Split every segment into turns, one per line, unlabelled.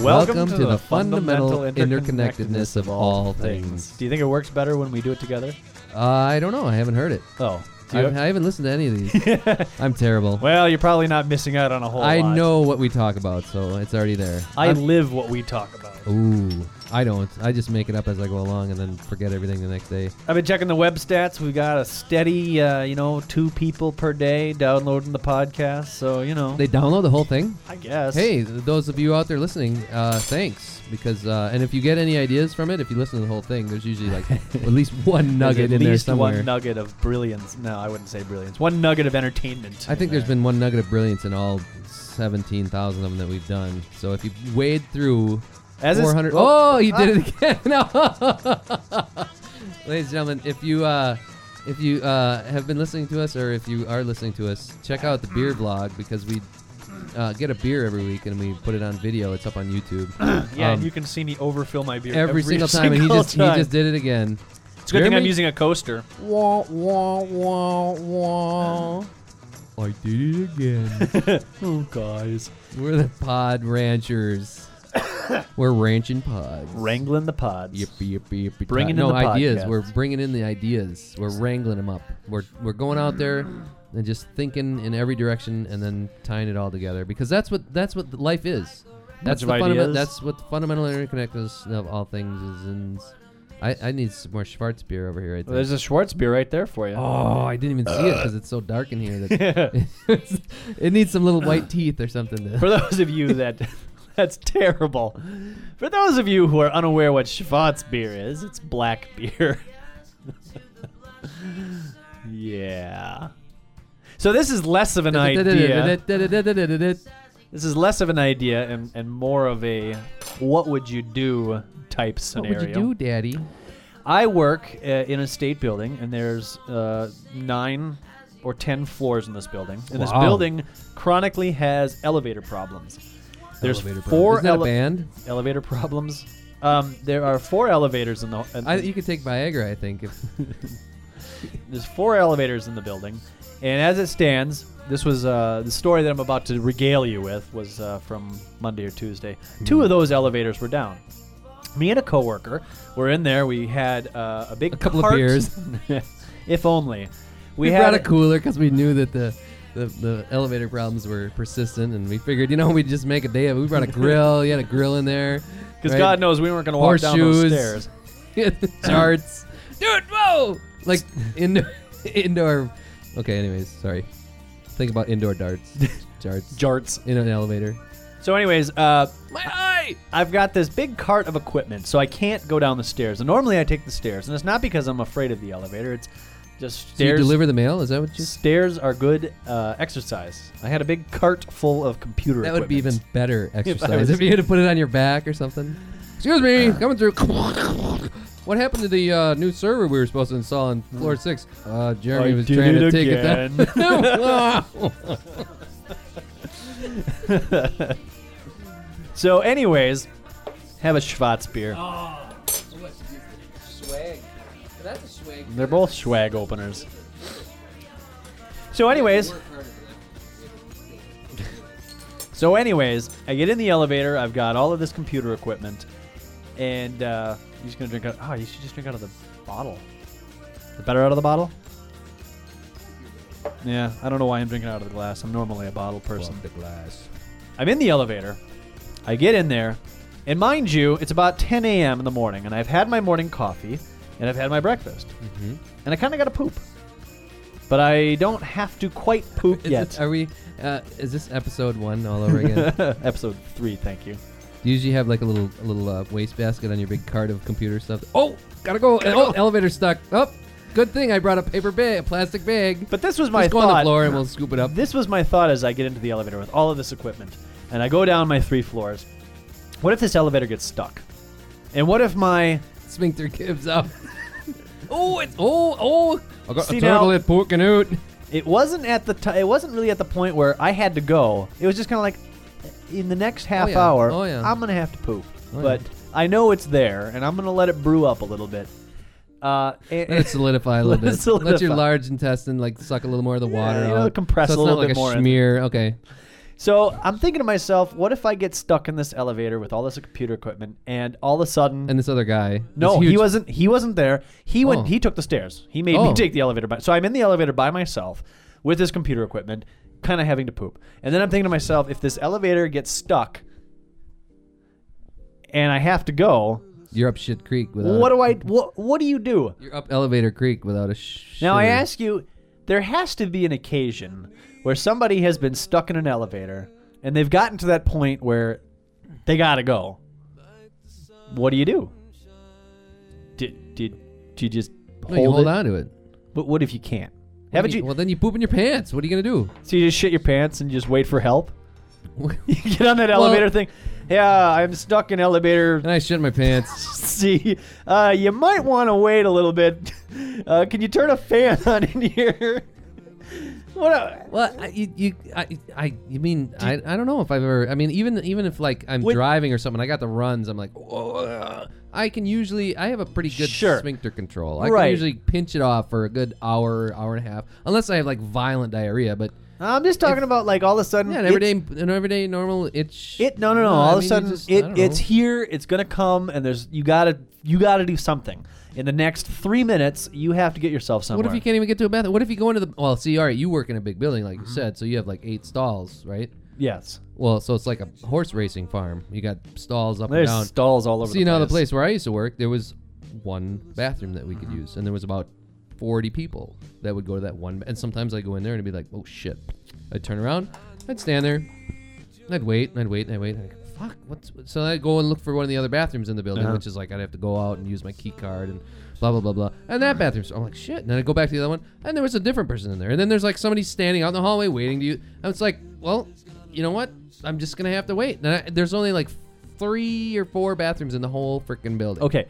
Welcome, to, the, fundamental, interconnectedness of all things.
Do you think it works better when we do it together?
Uh, I don't know. I haven't heard it.
Oh. Do
I,
you-
haven't- I haven't listened to any of these. I'm terrible.
well, you're probably not missing out on a whole
I
lot.
know what we talk about, so it's already there.
I
I'm-
live what we talk about.
Ooh, I don't. I just make it up as I go along and then forget everything the next day.
I've been checking the web stats. We've got a steady, uh, you know, two people per day downloading the podcast. So, you know,
They download the whole thing.
I guess.
Hey, th- those of you out there listening, uh, thanks because uh, and if you get any ideas from it, if you listen to the whole thing, there's usually like at least one
There's
nugget
at
in there
least
somewhere.
one nugget of brilliance. No, I wouldn't say brilliance. One nugget of entertainment.
I think
in
there's been one nugget of brilliance in all 17,000 of them that we've done. So if you wade through
As it's-
400.
oh,
Oh, you did it again. No. Ladies and gentlemen, if you uh, if you uh, have been listening to us or if you are listening to us, check out the beer blog because we uh, get a beer every week and we put it on video. It's up on YouTube.
yeah,
um,
and you can see me overfill my beer
every, single time and he
single
just
time.
he just did it again.
It's a good thing I'm
Jeremy-
using a coaster.
Wah, wah, wah, wah. I did it again.
Oh, guys.
We're the pod ranchers. We're ranching pods.
Wrangling the pods.
Yippee, yippee, yippee.
Bringing
no
in the
ideas.
podcast.
We're bringing in the ideas. We're wrangling them up. We're, we're going out there and just thinking in every direction and then tying it all together because that's what that's what life is.
Bunch
That's
of
the fundamental.
ideas.
That's what the fundamental interconnectedness of all things is. And I, I need some more Schwartz beer over here. I think.
Well, there's a Schwartz beer right there for you.
oh, I didn't even see it because it's so dark in here. That it needs some little white teeth or something. To
For those of you that that's terrible. For those of you who are unaware what Schwartz beer is, it's black beer. yeah. So this is less of an idea. This is less of an idea and, and more of a what would you do type
What
scenario.
would you do, Daddy?
I work uh, in a state building, and there's uh, nine or ten floors in this building. And this
Wow.
building chronically has elevator problems. There's
Elevator
four
Isn't that a
ele-
band?
elevator problems. Um, there are four elevators in the. in-
I, you could take Viagra, I think. If,
there's four elevators in the building, and as it stands, this was uh, the story that I'm about to regale you with was uh, from Monday or Tuesday.
Hmm.
Two of those elevators were down. Me and a coworker were in there. We had uh, a big
A couple of
cart-
beers.
if only.
we
We, had
brought a cooler because we knew that the, the the elevator problems were persistent, and we figured, you know, we'd just make a day of it. We brought a grill. You had a grill in there.
because
right?
God knows we weren't going to walk down those
Horseshoes.
stairs.
charts. Dude, whoa! Like indoor, indoor. Okay, anyways, sorry. Think about indoor darts, charts
Jarts.
in an elevator.
So, anyways, uh,
My eye.
I've got this big cart of equipment, so I can't go down the stairs. And normally I take the stairs, and it's not because I'm afraid of the elevator. It's just
Do you
stairs.
deliver the mail? Is that what you?
stairs are good uh, exercise. I had a big cart full of computer.
That would be even
equipment.
better
I
exercise
was-
if you had to put it on your back or something. Excuse me,
Uh.
coming through. What happened to the uh, new server we were supposed to install on floor six? Uh, Jeremy
I
was
did
trying to
it
take it down.
So, anyways, have a Schwarz beer.
swag. That's a swag.
They're both swag openers. So, anyways, so anyways, I get in the elevator. I've got all of this computer equipment, and uh, you're just gonna drink out. Oh, you should just drink out of the bottle. The better out of the bottle. Yeah, I don't know why I'm drinking out of the glass. I'm normally a bottle person.
the glass.
I'm in the elevator. I get in there, and mind you, it's about 10 a.m. in the morning, and I've had my morning coffee, and I've had my breakfast,
Mhm.
and I kind of got to poop. But I don't have to quite poop
Is
yet.
this- are we? Uh, is this episode one all over again?
Episode three, thank you.
Do you usually have like a little a little uh, wastebasket on your big cart of computer stuff? Oh, gotta go. oh, elevator stuck. Oh, good thing I brought a paper bag, a plastic bag.
But this was my
Just go
thought.
on the floor and we'll scoop it up.
This was my thought as I get into the elevator with all of this equipment, and I go down my three floors. What if this elevator gets stuck? And what if my
sphincter gives up. oh, it's oh oh. I got
See
a
now-
turtle at poking out.
it wasn't at the t- it wasn't really at the point where I had to go. It was just kind of like in the next half
yeah.
hour,
Oh, yeah.
I'm gonna have to poop,
Oh,
but
yeah.
I know it's there, and I'm gonna let it brew up a little bit. Uh, and-
Let it solidify a little
Let it
bit. Let your
solidify.
large intestine like suck a little more of the water
you know,
out.
compress
so it's
a little
not like
bit more
a
in.
smear. Okay.
So I'm thinking to myself, what if I get stuck in this elevator with all this computer equipment, and all of a sudden,
And this other guy. this
no, he
huge-
wasn't. He wasn't there. He went.
Oh.
He took the stairs. He made
Oh.
me take the elevator. By, so I'm in the elevator by myself with this computer equipment, kind of having to poop. And then I'm thinking to myself, if this elevator gets stuck, and I have to go,
You're up shit creek without.
what do I? What What do you do?
You're up elevator creek without a. Sh-
Now I
shitter.
ask you, there has to be an occasion where somebody has been stuck in an elevator and they've gotten to that point where they gotta go. What do you do? Did did do you just
No,
hold,
you hold
it?
on to it.
But what if you can't?
What
Haven't
do
you?
Well, then you poop in your pants. What are you gonna do?
So you just shit your pants and you just wait for help. You get on that elevator thing. Yeah, I'm stuck in elevator
and I shit my pants.
C. Uh, you might want to wait a little bit. Uh, can you turn a fan on in here? What? A,
Well, I, you, you, I, I, you mean I, I don't know if I've ever. I mean, even even if like I'm
When-
driving or something, I got the runs. I'm like, "Ugh." I can usually. I have a pretty good
Sure.
sphincter control. I
Right.
can usually pinch it off for a good hour, hour and a half, unless I have like violent diarrhea. But
I'm just talking about like all of a sudden.
yeah, an everyday,
it's-
an everyday normal itch.
It no no no.
I
all of
mean,
a
you
sudden
just- I
it
don't know.
it's here. It's gonna come, and there's you gotta you gotta do something. In the next three minutes, you have to get yourself somewhere.
What if you can't even get to a bathroom? What if you go into the? Well, see, all right, you work in a big building, like you
Mm-hmm.
said, so you have like eight stalls, right?
Yes,
Well, so it's like a horse racing farm. You got stalls up
there's
and down.
stalls all over.
See,
the
now
place. Mm-hmm.
the place where I used to work, there was one bathroom that we could use, and there was about 40 people that would go to that one. ba- And sometimes I'd go in there and I'd be like, oh shit. I'd turn around, I'd stand there, and I'd wait, and I'd wait, and I'd wait. And I'd go, fuck, what's. what-" So I'd go and look for one of the other bathrooms in the building,
Uh-huh.
which is like I'd have to go out and use my key card and blah, blah, blah, blah. And that bathroom. So I'm like, shit. And then I'd go back to the other one, and there was a different person in there. And then there's like somebody standing out in the hallway waiting to you. And it's like, well, you know what? I'm just going to have to wait. And I, there's only like three or four bathrooms in the whole freaking building.
Okay,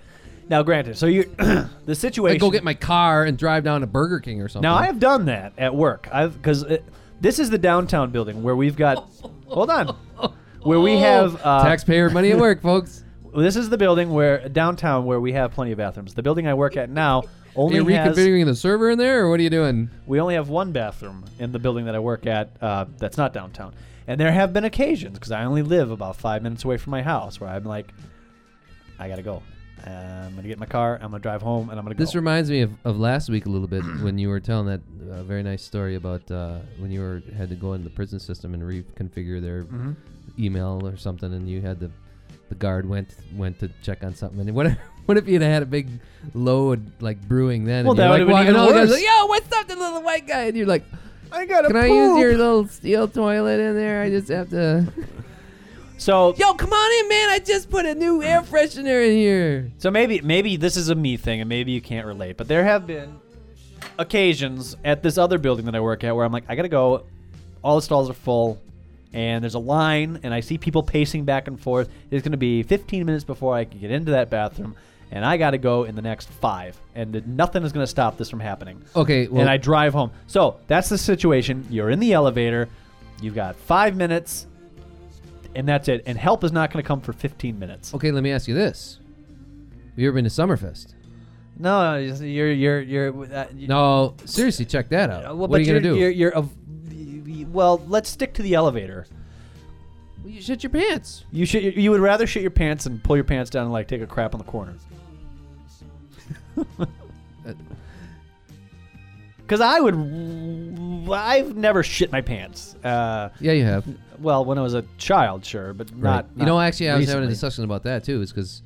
now granted, so you the situation.
I'd go get my car and drive down to Burger King or something.
Now I have done that at work. I've because this is the downtown building where we've got. hold on. Where we have uh,
taxpayer money at work, folks.
This is the building where downtown where we have plenty of bathrooms. The building I work at now
Are
only
you
has
reconfiguring the server in there, or what are you doing?
we only have one bathroom in the building that I work at. Uh, that's not downtown, and there have been occasions because I only live about five minutes away from my house where I'm like, I gotta go. Uh, I'm gonna get in my car. I'm gonna drive home, and I'm gonna
This
go.
reminds me of, of last week a little bit when you were telling that uh, very nice story about uh, when you were had to go in the prison system and reconfigure their
Mhm.
email or something, and you had the the guard went went to check on something. And what if, what if you'd had a big load like brewing then?
Well,
and you're
that
like,
would've been
walking
even
out, and the guy's
worse.
Like, Yo, what's up, the little white guy? And you're like,
I gotta.
Can I use your little steel toilet in there? I just have to.
So
Yo, come on in, man. I just put a new air freshener in here.
So maybe maybe this is a me thing, and maybe you can't relate. But there have been occasions at this other building that I work at where I'm like, I gotta go. All the stalls are full, and there's a line, and I see people pacing back and forth. It's gonna be 15 minutes before I can get into that bathroom, and I gotta go in the next five, and th- nothing is gonna stop this from happening.
Okay, Oh, well,
and I drive home. So that's the situation. You're in the elevator. You've got five minutes, and that's it. And help is not gonna come for 15 minutes.
okay. Let me ask you this: Have you ever been to Summerfest?
No, no, just- you're you're you're. Uh, you-
No, seriously, check that
uh,
out.
well,
what
but
are you gonna
you're-
do?
You're, you're av- y- y- well, let's stick to the elevator.
Well, you shit your pants.
You should. You would rather shit your pants and pull your pants down and like take a crap in the corner. Because I would. I've never shit my pants. Uh,
Yeah, you have.
well, when I was a child, sure, but
Right.
not.
You know, actually, I was having a
recently.
discussion about that too. Is because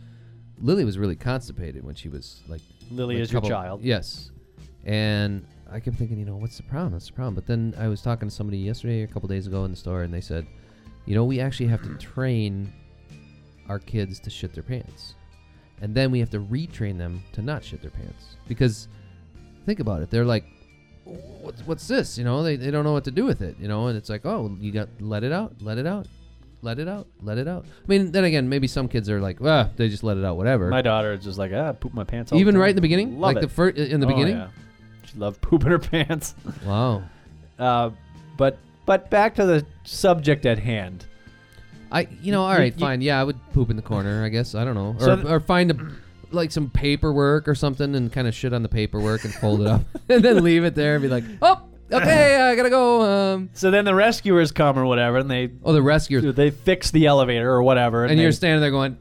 Lily was really constipated when she was like
Lily
like
is your
couple-
child.
Yes. And I kept thinking, you know, what's the problem? What's the problem? But then I was talking to somebody yesterday or a couple days ago in the store, and they said, you know, we actually have to train our kids to shit their pants. And then we have to retrain them to not shit their pants. Because think about it. They're like, what's, what's this? You know, they, they don't know what to do with it, you know? And it's like, oh, you got, let it out, let it out, let it out, let it out. I mean, then again, maybe some kids are like, ah, they just let it out, whatever.
My daughter is just like ah, poop my pants. All
Even
the time.
right in the beginning?
Love
like
it.
the first in the
Oh,
beginning?
yeah. She loved pooping her pants.
Wow.
Uh, but but back to the subject at hand.
I you know, all
You-
right,
you-
fine. Yeah, I would poop in the corner, I guess. I don't know. Or
So th-
or find a like some paperwork or something and kind of shit on the paperwork and fold it up and then leave it there and be like, "Oh, okay, I gotta go. Um,
So then the rescuers come or whatever, and they
oh, the rescuers.
they fix the elevator or whatever.
And
they-
you're standing there going,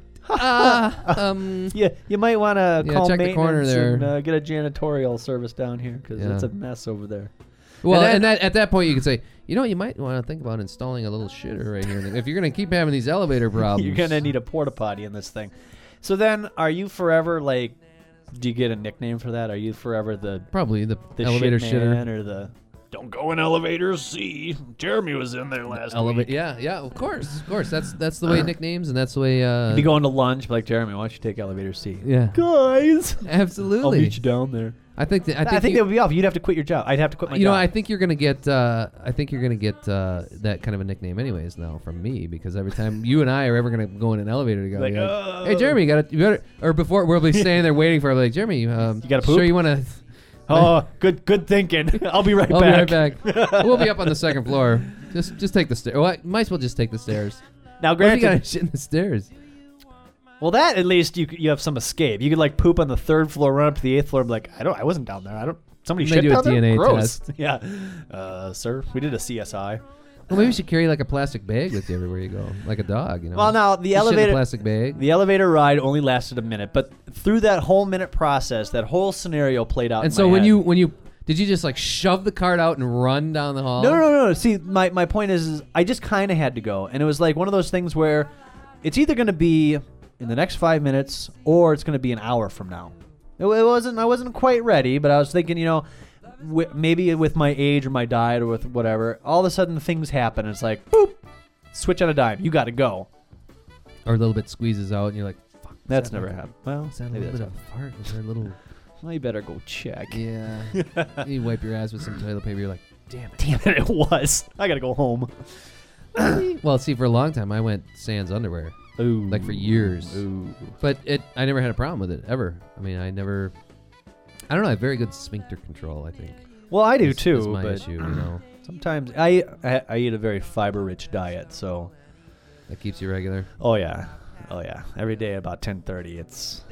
ah, um,
yeah, you might want to
Yeah,
call
check the
maintenance
corner there.
and uh, get a janitorial service down here because
Yeah.
it's a mess over there.
Well,
And
and, that, at that point, you could say, you know, you might want to think about installing a little shitter right here. If you're going to keep having these elevator problems,
You're gonna need a porta potty in this thing. So then, are you forever like? Do you get a nickname for that? Are you forever the
probably the,
the
elevator
shit
shitter.
man or the
Don't go in elevators. See, Jeremy was in there last
Elevator.
week.
Yeah, yeah, of course, of course. That's that's
Uh,
the way nicknames, and that's the way. Uh,
be going to lunch like Jeremy? Why don't you take elevator C?
yeah,
Guys, I'll
absolutely.
meet you down there.
I think that, I
I
think,
think,
you,
that would be off. You'd have to quit your job. I'd have to quit my
you know
job.
I think you're gonna get uh, I think you're gonna get uh, that kind of a nickname anyways now from me because every time you and I are ever gonna go in an elevator together,
Like,
you're
"Oh."
hey Jeremy, you got to you better or before we'll be standing there waiting for like Jeremy, um,
You gotta
sure
poop?"
you want to.
oh, good, good thinking. I'll be right
I'll
back.
be right back. we'll be up on the second floor. Just just take the stairs. Well, I might as well just take the stairs.
Now,
What if you
granted,
gotta shit in the stairs?
well, that at least you c- you have some escape. You could like poop on the third floor, run up to the eighth floor, and be like, I don't, I wasn't down there. I don't. Somebody
They
shit
do a
down there?
DNA
Gross. Yeah, uh, sir, we did a CSI.
Well, maybe you should carry like a plastic bag with you everywhere you go, like a dog. You know.
Well, now the
You shit in a
elevator.
plastic bag.
The elevator ride only lasted a minute, but through that whole minute process, that whole scenario played out. in
and so
my
when
head.
you when you did you just like shove the cart out and run down the hall?
no, no, no, no. See, my my point is, is I just kind of had to go, and it was like one of those things where it's either going to be in the next five minutes or it's going to be an hour from now. It, it wasn't. I wasn't quite ready, but I was thinking, you know, wi maybe with my age or my diet or with whatever, all of a sudden things happen. And it's like boop, switch on a dime. You got to go.
Or a little bit squeezes out, and you're like, "Fuck." is
That's
that
never
like-
happened. Well,
Is that a
maybe
little bit
that's
of a fart? Was there a little?
well, you better go check.
Yeah. you wipe your ass with some toilet paper. You're like, damn it.
Damn it, it was. I gotta go home.
Well, see, for a long time I went sans underwear,
Ooh.
like for years.
Ooh.
But it, I never had a problem with it ever. I mean, I never. I don't know. I have very good sphincter control. I think.
Well, I do
is-
too.
Is my
but
issue, you know,
Sometimes I, I I eat a very fiber-rich diet, so
that keeps you regular.
oh yeah, oh yeah. Every day about ten thirty, it's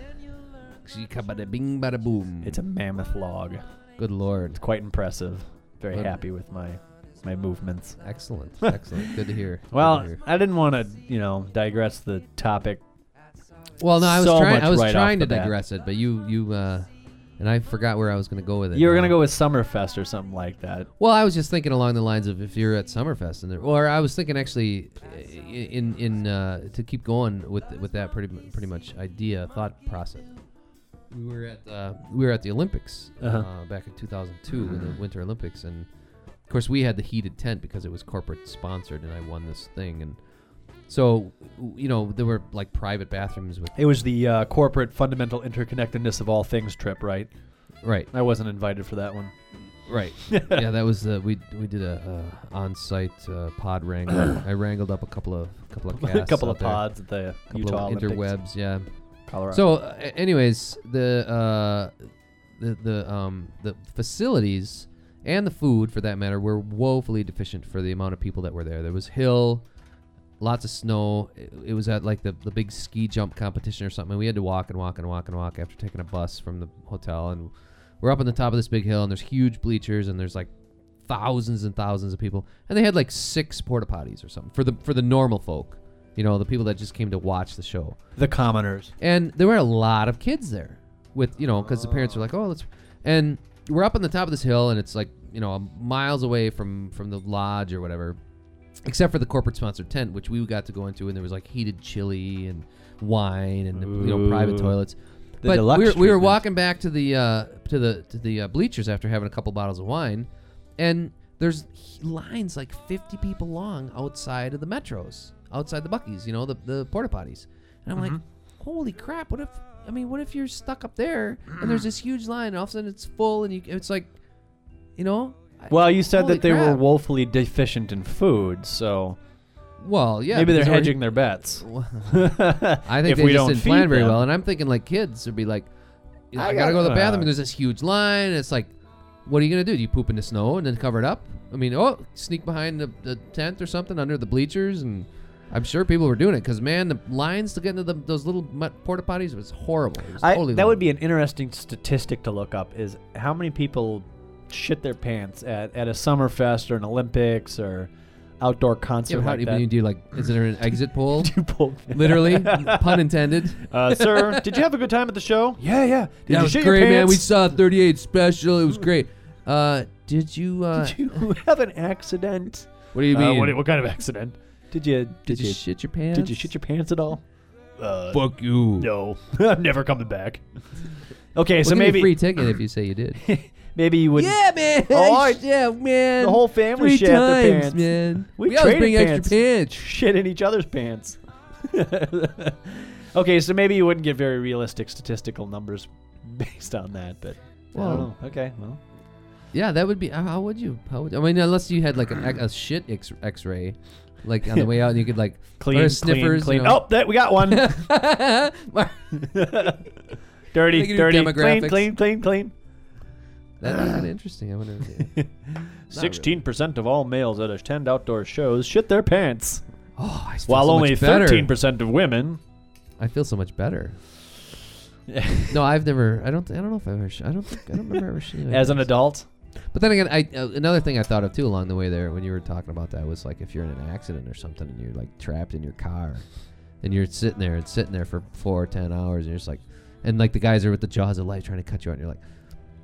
Bada bing, bada boom.
it's a mammoth log.
good
It's
lord.
quite impressive. Very
Well-
happy with my my movements.
Excellent, excellent. Good to hear. Good to
Well,
hear.
I didn't want to you know digress the topic.
well, no, I was
so
trying.
much
I was
right off
trying to
the bat.
digress it, but you, you, uh, and I forgot where I was going to go with it.
You were
now.
gonna go with Summerfest or something like that.
Well, I was just thinking along the lines of if you're at Summerfest and there, or I was thinking actually i- in in uh, to keep going with with that pretty mu- pretty much idea thought process. We were at uh, we were at the Olympics uh
Uh-huh.
back in 2002 in the Winter Olympics, and of course we had the heated tent because it was corporate sponsored, and I won this thing, and so w- you know there were like private bathrooms with
It was the uh, corporate fundamental interconnectedness of all things trip, right?
right
I wasn't invited for that one.
Right. yeah, that was uh, we we did a uh, on-site uh, pod wrangle. I wrangled up a couple of couple of casts
a couple
out
of
there,
pods at the
couple
Utah
of
Olympics,
interwebs. Yeah.
Colorado.
So, uh, a- anyways, the uh, the the um the facilities and the food, for that matter, were woefully deficient for the amount of people that were there. There was hill, lots of snow. It, it was at like the the big ski jump competition or something. We had to walk and walk and walk and walk after taking a bus from the hotel, and we're up on the top of this big hill, and there's huge bleachers, and there's like thousands and thousands of people, and they had like six porta potties or something for the for the normal folk. You know, the people that just came to watch the show
the commoners.
and there were a lot of kids there with you know because the parents were like oh let's and we're up on the top of this hill and it's like you know miles away from from the lodge or whatever except for the corporate sponsored tent which we got to go into and there was like heated chili and wine and you know private
Ooh.
toilets
The
but
deluxe
we were, we were
treatment.
walking back to the uh, to the to the uh, bleachers after having a couple bottles of wine and there's h- lines like 50 people long outside of the metros outside the buckies you know the, the porta potties and i'm like
Mm-hmm.
holy crap what if i mean what if you're stuck up there and there's this huge line and all of a sudden it's full and you it's like you know I-
Well, you said
holy
that they were
crap.
woefully deficient in food, so
well yeah
maybe they're
because we're-
hedging their bets.
I think
if
they
we
just
don't
didn't
feed
plan very
them.
well. And I'm thinking like kids would be like, you know,
I
I, gotta go to the
gotta-
bathroom. and there's this huge line. And it's like, what are you gonna do? Do you poop in the snow and then cover it up? I mean, oh, sneak behind the, the tent or something under the bleachers. And I'm sure people were doing it because man, the lines to get into the, those little mut- porta potties was horrible. It was
I,
totally
that would
long.
be an interesting statistic to look up: is how many people shit their pants at, at a summer fest or an Olympics or outdoor concert
Yeah, but how
like
do you,
that.
you do like? Is there an exit poll?
You pull-
Literally, pun intended.
Uh,
Sir, did you have a good time at the show?
yeah, yeah. Did
that
you
was
shit
great,
your
man. We
pants?
saw 38 special. It was great. Uh, did you? Uh,
Did you have an accident?
What do you
Uh,
mean?
what, what kind of accident? Did you
did, you shit your pants?
did you shit your pants at all?
Uh,
Fuck you.
no, I'm never coming back.
Okay,
We'll
so
give you a
maybe
free ticket if you say you did.
maybe you would.
yeah, man.
Oh, I-
yeah, man.
The whole family
Three
shit
times,
their pants.
man.
We
always
traded
bring
pants.
extra pants.
Shit in each other's pants. okay, so maybe you wouldn't get very realistic statistical numbers based on that, but I
Well-
don't know. Okay, well,
Yeah, that would be. uh, How how would you? How would? I mean, unless you had like an, ex- a shit ex- X-ray, like on the way out, and you could like
clean,
or
clean,
sniffers.
clean.
You know.
Oh, that, we got one.
They
dirty,
can do
dirty, clean,
demographics.
clean, clean, clean.
That's kind of interesting. I wonder. If, yeah.
Sixteen percent of all males that attend outdoor shows shit their pants,
Oh, I feel
while
so
only
much better.
thirteen percent of women.
I feel so much better. No, I've never. I don't. I don't know if I ever. Sh- I don't. Think, I don't remember ever shitting. my
As an
pants.
adult,
But then again, I uh, another thing I thought of too along the way there when you were talking about that was like if you're in an accident or something and you're like trapped in your car, and you're sitting there and sitting there for four or ten hours and you're just like, and like the guys are with the jaws of life trying to cut you out. and You're like,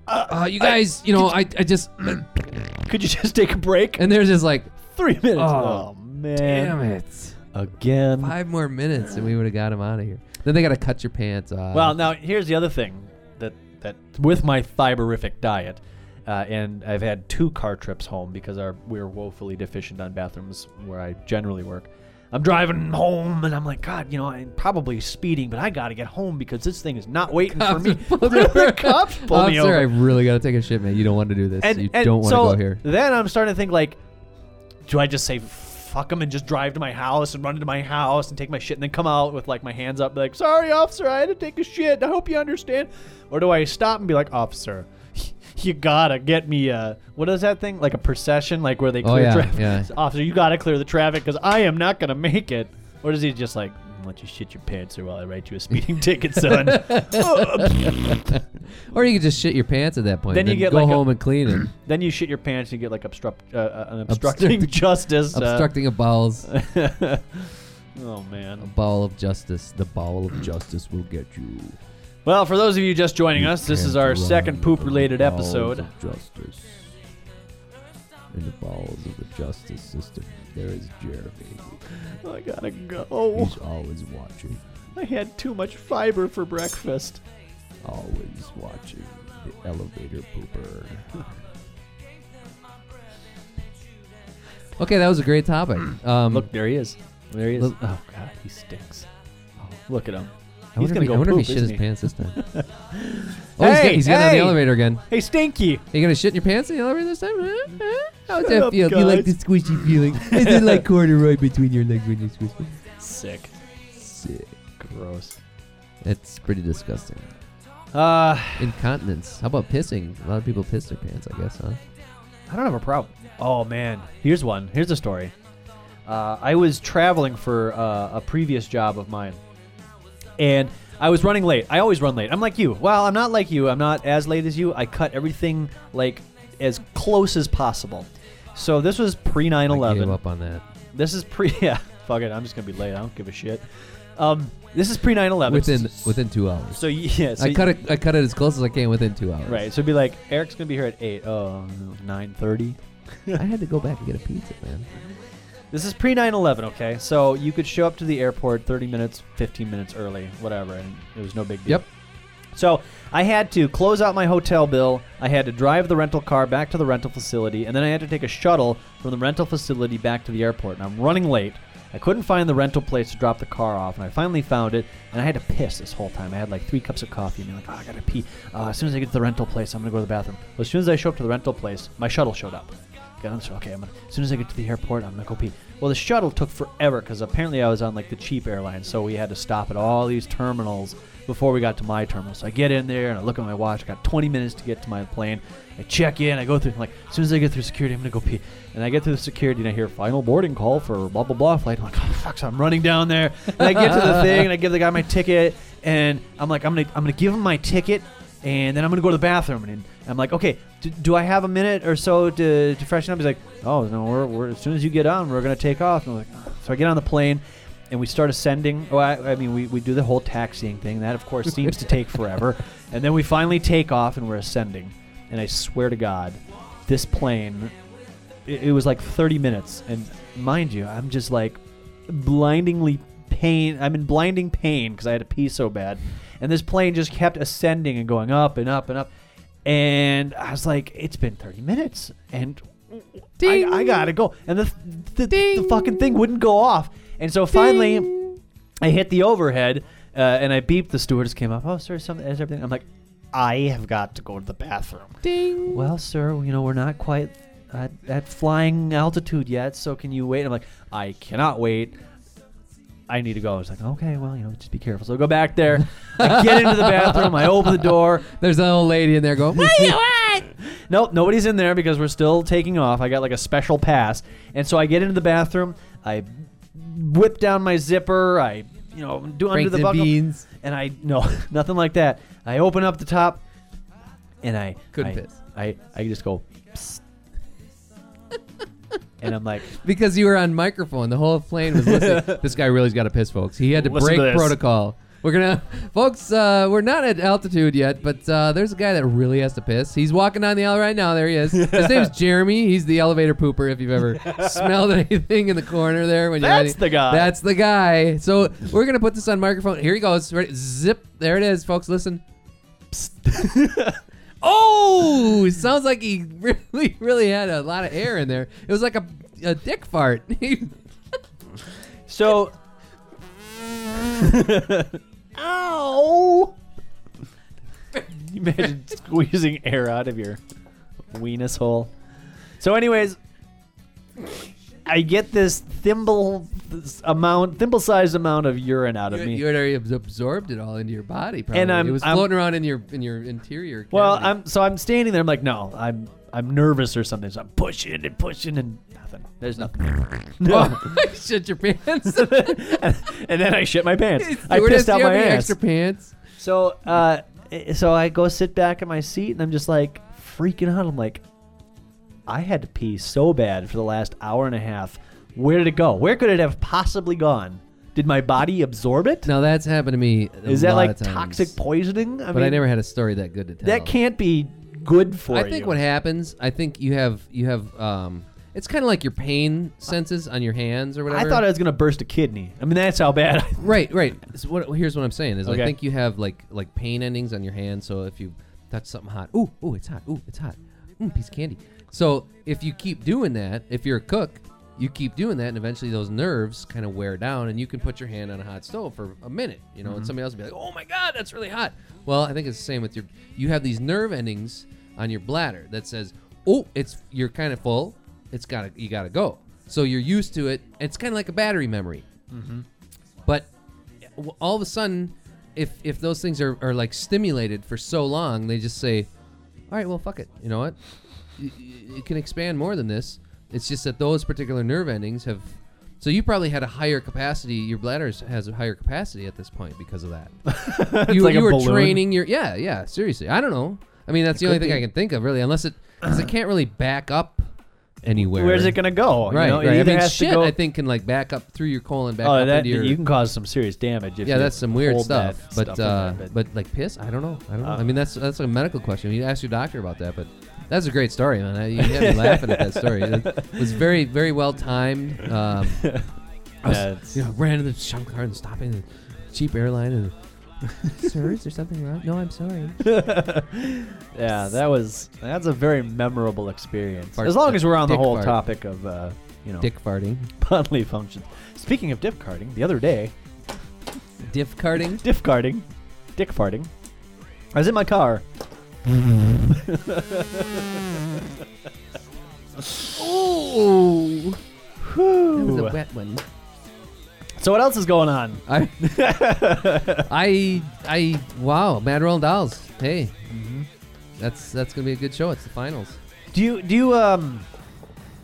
uh, you guys, you know, I, I just
could you just take a break?
and they're just like,
Three minutes.
Oh,
man!
damn it,
Again.
five more minutes and we would have got him out of here. Then they got to cut your pants off.
Well, now here's the other thing that that with my fiberific diet, uh, and I've had two car trips home because our we were woefully deficient on bathrooms where I generally work. I'm driving home and I'm like, God, you know, I'm probably speeding, but I gotta get home because this thing is not waiting for me. The cops pull me
Officer,
over.
I really got to take a shit, man. You don't want to do this.
and,
you
and
don't want to
so
go here.
Then I'm starting to think like, do I just say fuck them and just drive to my house and run into my house and take my shit and then come out with like my hands up like, sorry officer, I had to take a shit. I hope you understand. Or do I stop and be like, officer, you gotta get me a what is that thing like a procession like where they
Oh,
clear
yeah,
traffic?
yeah.
Officer, you gotta clear the traffic because I am not gonna make it. Or does he just like? Why don't you shit your pants or while I write you a speeding ticket, son? "Oh,
Or you could just shit your pants at that point.
Then
and
you get
go
like a-
home and clean it.
Then you shit your pants and you get like obstruct uh, uh, an obstructing justice. uh,
obstructing a bowels
oh
a
man.
bowel of justice the bowel of justice will get you
Well, for those of you just joining us, this is our
Can't
second
run
poop
the
related
bowels
episode.
of justice in the bowels of the justice system there is jeremy
I gotta go.
he's
Oh.
always watching
I had too much fiber for breakfast.
always watching the elevator pooper okay that was a great topic um
Look, there he is. There he is.
Look.
Hmm. Oh god, he stinks. Oh, look at him.
I
He's
wonder,
gonna
if he,
go
I wonder
poop,
if he shit
isn't
his
he?
pants this time. oh, he's,
Hey,
got, he's getting on
hey!
the elevator again.
Hey, Stinky.
Are you gonna shit in your pants in the elevator this time? Huh? Huh? How does
Shut
that
up,
feel? Do you like the
guys.
squishy feeling? Is it like corduroy between your legs when you squish? it?
Sick.
Sick.
Gross.
It's pretty disgusting.
Uh,
Incontinence. How about pissing? A lot of people piss their pants, I guess, huh?
I don't have a problem. Oh man, here's one. Here's a story. Uh, I was traveling for uh, a previous job of mine, and I was running late. I always run late. I'm like you. Well, I'm not like you. I'm not as late as you. I cut everything like as close as possible. So this was pre 9
I
11.
gave up on that.
This is pre. Yeah, fuck it. I'm just gonna be late. I don't give a shit. Um, this is pre 9 11.
Within within two hours.
So yeah. So
I cut it. I cut it as close as I can within two hours.
Right. So it'd be like Eric's gonna be here at eight. Oh, nine thirty.
I had to go back and get a pizza, man.
This is pre 9 11, okay? So you could show up to the airport 30 minutes, 15 minutes early, whatever, and it was no big deal.
Yep.
So I had to close out my hotel bill. I had to drive the rental car back to the rental facility, and then I had to take a shuttle from the rental facility back to the airport. And I'm running late. I couldn't find the rental place to drop the car off, and I finally found it. And I had to piss this whole time. I had like three cups of coffee, and I'm like, oh, I gotta pee. Uh, as soon as I get to the rental place, I'm gonna go to the bathroom. Well, as soon as I show up to the rental place, my shuttle showed up. Got on the shuttle. Okay, I'm gonna, as soon as I get to the airport, I'm gonna go pee. Well, the shuttle took forever because apparently I was on like the cheap airline, so we had to stop at all these terminals before we got to my terminal. So I get in there and I look at my watch. I got 20 minutes to get to my plane. I check in. I go through. I'm like, as soon as I get through security, I'm gonna go pee. And I get through the security and I hear final boarding call for blah blah blah flight. I'm like, oh, fuck! So I'm running down there. And I get to the thing and I give the guy my ticket and I'm like, I'm gonna I'm gonna give him my ticket and then I'm gonna go to the bathroom, and I'm like, okay, d- do I have a minute or so to, to freshen up? He's like, oh no, we're, we're as soon as you get on, we're gonna take off. And I'm like, "Ugh." so I get on the plane, and we start ascending. Well, I, I mean, we, we do the whole taxiing thing. That of course seems to take forever, and then we finally take off, and we're ascending. And I swear to God, this plane, it, it was like 30 minutes, and mind you, I'm just like blindingly pain. I'm in blinding pain because I had to pee so bad. And this plane just kept ascending and going up and up and up. And I was like, it's been 30 minutes. And I,
Ding.
I gotta go. And the, the, the
Ding.
fucking thing wouldn't go off. And so finally, I hit the overhead uh, and I beeped. The stewardess came up. Oh, sir, something is everything. I'm like, I have got to go to the bathroom.
Ding.
Well, sir, you know we're not quite at, at flying altitude yet, so can you wait? I'm like, I cannot wait. I need to go. I was like, okay, well, you know, just be careful. So I go back there. I get into the bathroom. I open the door.
There's an old lady in there going, "What are you at?"
Nope, nobody's in there because we're still taking off. I got like a special pass, and so I get into the bathroom. I whip down my zipper. I, you know, do under
Frank
the
the
buckle,
beans.
and I no, nothing like that. I open up the top, and I
Good
I,
piss.
I I just go, Psst. and I'm like,
Because you were on microphone, the whole plane was listening. this guy really's got to piss, folks. He had to
Listen to
break
this.
protocol. We're gonna, folks. Uh, we're not at altitude yet, but uh, there's a guy that really has to piss. He's walking down the aisle right now. There he is. His name's Jeremy. He's the elevator pooper. If you've ever smelled anything in the corner there when you're
That's
riding-
the guy.
That's the guy. So we're gonna put this on microphone. Here he goes. Ready? Zip. There it is, folks. Listen. Oh, sounds like he really, really had a lot of air in there. It was like a, a dick fart.
so. Ow! Imagine squeezing air out of your weenus hole. So, anyways, I get this thimble this amount, thimble-sized amount of urine out of
you,
me.
you had already abs- absorbed it all into your body. Probably.
I'm-
it was
I'm-
floating around in your in your interior.
Well,
cavity.
I'm so I'm standing there. I'm like, no, I'm I'm nervous or something. So I'm pushing and pushing and nothing. There's nothing. no.
Oh, shit your pants.
and then I shit my pants. I
Stewardess,
pissed out
do you have
my
any
ass.
Extra pants.
So uh, i- so I go sit back in my seat and I'm just like freaking out. I'm like, I had to pee so bad for the last hour and a half. Where did it go? Where could it have possibly gone? Did my body absorb it? Is
Now that's happened to me. a
that
lot
like
of times.
toxic poisoning? I
But I never had a story that good to tell.
That can't be good for
I
you.
think what happens. I think you have you have. Um, it's kind of like your pain senses on your hands or whatever.
I thought I was gonna burst a kidney. I mean, that's how bad. I,
Right, right. So what, here's what I'm saying is
Okay.
I think you have like like pain endings on your hand. So if you touch something hot, ooh, ooh, it's hot, ooh, it's hot, mm, piece of candy. So if you keep doing that, if you're a cook, you keep doing that, and eventually those nerves kind of wear down, and you can put your hand on a hot stove for a minute, you know, and somebody else will be like, oh my god, that's really hot. Well, I think it's the same with your. You have these nerve endings on your bladder that says, oh, it's you're kind of full. It's gotta you gotta go. So you're used to it. It's kind of like a battery memory. But w- all of a sudden, if if those things are, are like stimulated for so long, they just say, "All right, well, fuck it. You know what? Y- y- It can expand more than this. It's just that those particular nerve endings have. So you probably had a higher capacity. Your bladder is- has a higher capacity at this point because of that. you
like a
you were
balloon.
training your yeah yeah seriously. I don't know. I mean, that's the only thing I can think of really, unless it because it can't really back up anywhere.
Where's it gonna go? You
Right,
know, it
right. I
either
mean,
has to
shit.
go-
I think can like back up through your colon, back
oh,
up
that
into your.
you can cause some serious damage. If
Yeah,
you
that's some weird
hold
stuff.
that
But
stuff in
uh,
there,
but like piss, I don't know. I don't know.
Uh.
I mean, that's that's a medical question. You ask your doctor about that. But that's a great story, man. I, you had me laughing at that story. It was very very well timed. Um, I was-
That's-
you know, ran into the shop car and stopped in a cheap airline and. Sir, is there something wrong? No, I'm sorry.
yeah, that was that's a very memorable experience.
Fart-
as long as we're on the
dick
whole
fart.
topic of uh, you know
Dick farting,
bodily functions. Speaking of diff carding, the other day,
diff carding.
diff carding, dick farting. I was in my car.
Ooh, that was a
Whew.
wet one.
So what else is going on?
I, I, I, wow, Mad Roll Dolls. Hey,
Mm-hmm.
that's that's gonna be a good show. It's the finals.
Do you do you um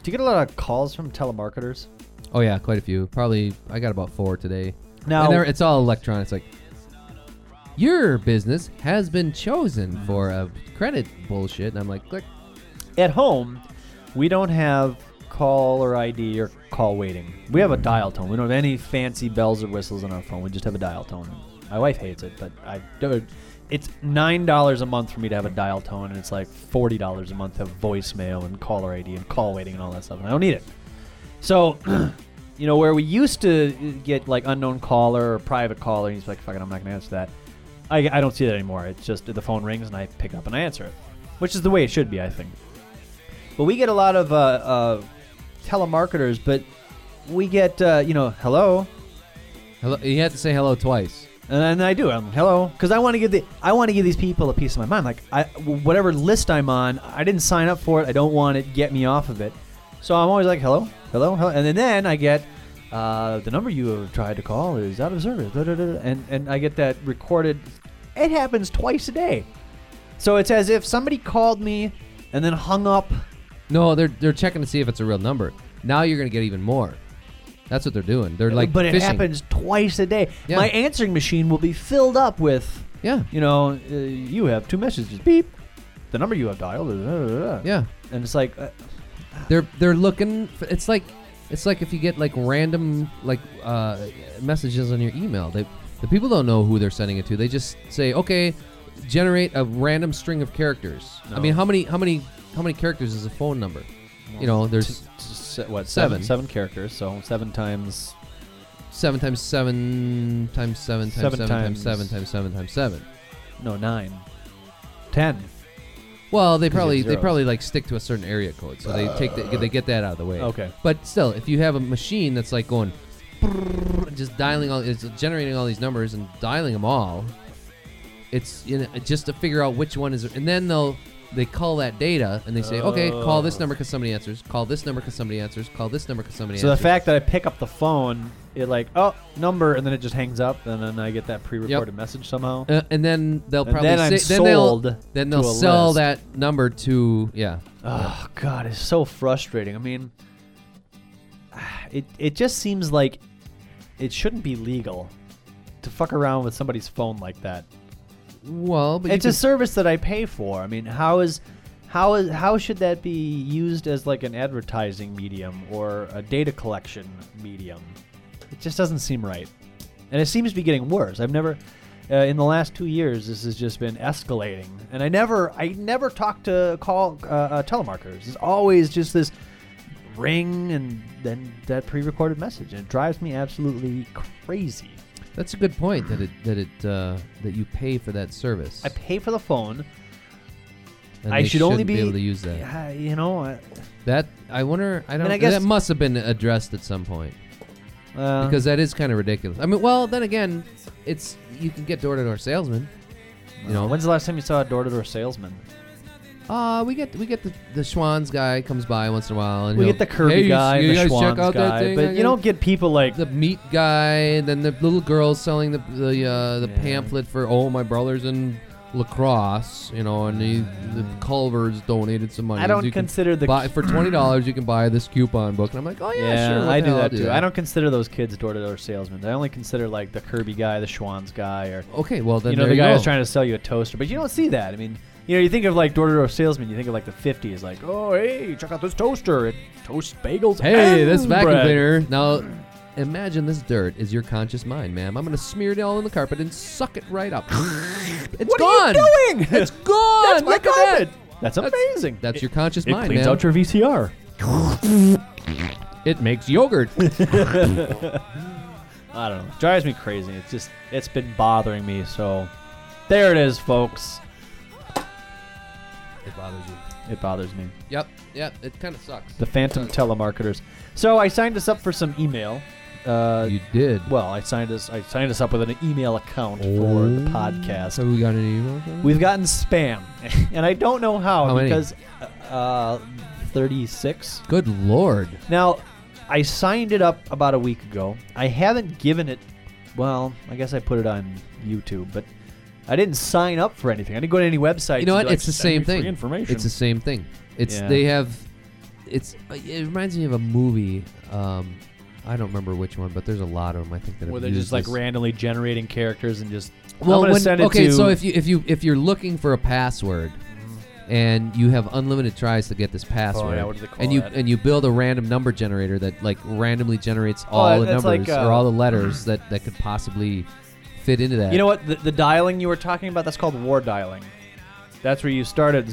do you get a lot of calls from telemarketers?
Oh yeah, quite a few. Probably I got about four today.
Now
and they're- it's all electronics. Like, Your business has been chosen for a credit bullshit. And I'm like, click.
At home, we don't have call or ID or call waiting. We have a dial tone. We don't have any fancy bells or whistles on our phone. We just have a dial tone. My wife hates it, but I do. It's nine dollars a month for me to have a dial tone, and it's like forty dollars a month to have voicemail and caller ID and call waiting and all that stuff. And I don't need it. So, you know, where we used to get like unknown caller or private caller, and he's like, "Fucking, I'm not gonna answer that." I, I don't see that anymore. It's just the phone rings and I pick up and I answer it, which is the way it should be, I think. But we get a lot of uh, uh, telemarketers, but we get uh, you know, hello,
Hello. You have to say hello twice.
and, and I do. I'm hello because I want to give the I want to give these people a piece of my mind. Like I whatever list I'm on, I didn't sign up for it. I don't want it. Get me off of it. So I'm always like hello, hello, hello, and then, then I get. Uh, the number you have tried to call is out of service, da, da, da, da, and and I get that recorded. It happens twice a day, so it's as if somebody called me and then hung up.
No, they're they're checking to see if it's a real number. Now you're gonna get even more. That's what they're doing. They're like,
Uh, but it
phishing.
happens twice a day.
Yeah.
My answering machine will be filled up with
Yeah,
you know, uh, you have two messages. Beep. The number you have dialed. is-
yeah.
And it's like, uh,
They're they're looking. For, it's like it's like if you get like random like uh, messages on your email. They the people don't know who they're sending it to. They just say, okay, generate a random string of characters. I
No.
mean, how many how many how many characters is a phone number? You know, there's
s- s- what
Seven.
seven seven characters. So seven times.
seven times seven times seven times seven,
Seven
times
times-
seven times seven times seven.
No nine. Ten.
Well, they
you have
probably they
zeros.
probably like stick to a certain area code, so they take the, they get that out of the way.
Okay.
But still, if you have a machine that's like going, brrrr, just dialing all, it's generating all these numbers and dialing them all, it's you know, just to figure out which one is, and then they'll they call that data and they say, okay, call this number because somebody answers, call this number because somebody answers, call this number because somebody
So the
answers.
fact that I pick up the phone, it like oh number, and then it just hangs up, and then I get that pre-recorded message somehow.
uh, and then they'll
And
probably
then I'm
say, then they'll
sold
then
to
they'll
a
sell
list.
that number to yeah.
Oh God, it's so frustrating. I mean, it it just seems like it shouldn't be legal to fuck around with somebody's phone like that.
Well, but you
it's
can-
a service that I pay for. I mean, how is how is how should that be used as like an advertising medium or a data collection medium? It just doesn't seem right, and it seems to be getting worse. I've never. Uh, in the last two years, this has just been escalating, and I never, I never talk to call uh, uh, telemarketers. It's always just this ring and then that pre-recorded message, and it drives me absolutely crazy.
That's a good point that it that it uh, that you pay for that service.
I pay for the phone.
and
I
they
should only
shouldn't
be-
able to use that.
Yeah, you know, I,
That I wonder. I don't.
I guess-
that must have been addressed at some point
uh,
because that is kind of ridiculous. I mean, well, then again, it's you can get door to door salesmen. You know,
when's the last time you saw a door-to-door salesman?
uh, we get we get the the Schwann's guy comes by once in a while, and
We
he'll-
get the Kirby
hey, you-
guy, and
you
the
guys
Schwann's
check out
guy,
that thing. I
but you
got-
don't get people like
the meat guy, and then the little girl selling the the uh, the
Yeah.
pamphlet for oh my brothers in lacrosse, you know, and he, the Culver's donated some money.
Mm. I don't
You can
consider the
buy for twenty dollars. You can buy this coupon book, and I'm like, oh yeah,
yeah,
sure. what
I
the
do
hell, I'll
that too. I don't consider those kids door-to-door salesmen. I only consider like the Kirby guy, the Schwann's guy, or
Okay, well then
you know
there
the guy
go.
who's trying to sell you a toaster. But you don't see that. I mean, you know, you think of like door-to-door salesman, you think of like the '50s, like oh hey, check out this toaster, it toasts bagels.
Hey,
and
this vacuum
bread.
cleaner. Now, imagine this dirt is your conscious mind, ma'am. I'm gonna smear it all on the carpet and suck it right up. It's
What
gone.
are you doing?
It's gone.
That's my
Look at that.
carpet. That's amazing.
That's
it,
your conscious
It
mind,
cleans
ma'am.
out your VCR.
it makes yogurt.
I don't know. Drives me crazy. It's just it's been bothering me. So there it is, folks.
it bothers you.
It bothers me.
Yep, yep. It kind of sucks.
The phantom telemarketers. So I signed us up for some email. Uh,
you did.
well, I signed us. I signed us up with an email account for the
Oh.
podcast.
So we got an email. from it?
We've gotten spam, and I don't know how,
How many?
because uh, thirty-six.
Good lord.
Now, I signed it up about a week ago. I haven't given it. Well, I guess I put it on YouTube, but I didn't sign up for anything. I didn't go to any website.
You know what?
Like,
It's the
send me
same
free
thing.
information.
It's the same thing. It's
Yeah.
uh, they have. It's it reminds me of a movie. Um, I don't remember which one, but there's a lot of them. I think that
Where
have
they're
used
just like
this.
randomly generating characters and just.
Well,
I'm gonna
when-
send it
okay,
to-
so if you if you if you're looking for a password, and you have unlimited tries to get this password,
Oh, what do they call
and you
that?
and you build a random number generator that like randomly generates
Oh,
all the
that's
numbers
like, uh,
or all the letters that that could possibly fit into that.
You know what? The, the dialing you were talking about, that's called war dialing. That's where you start at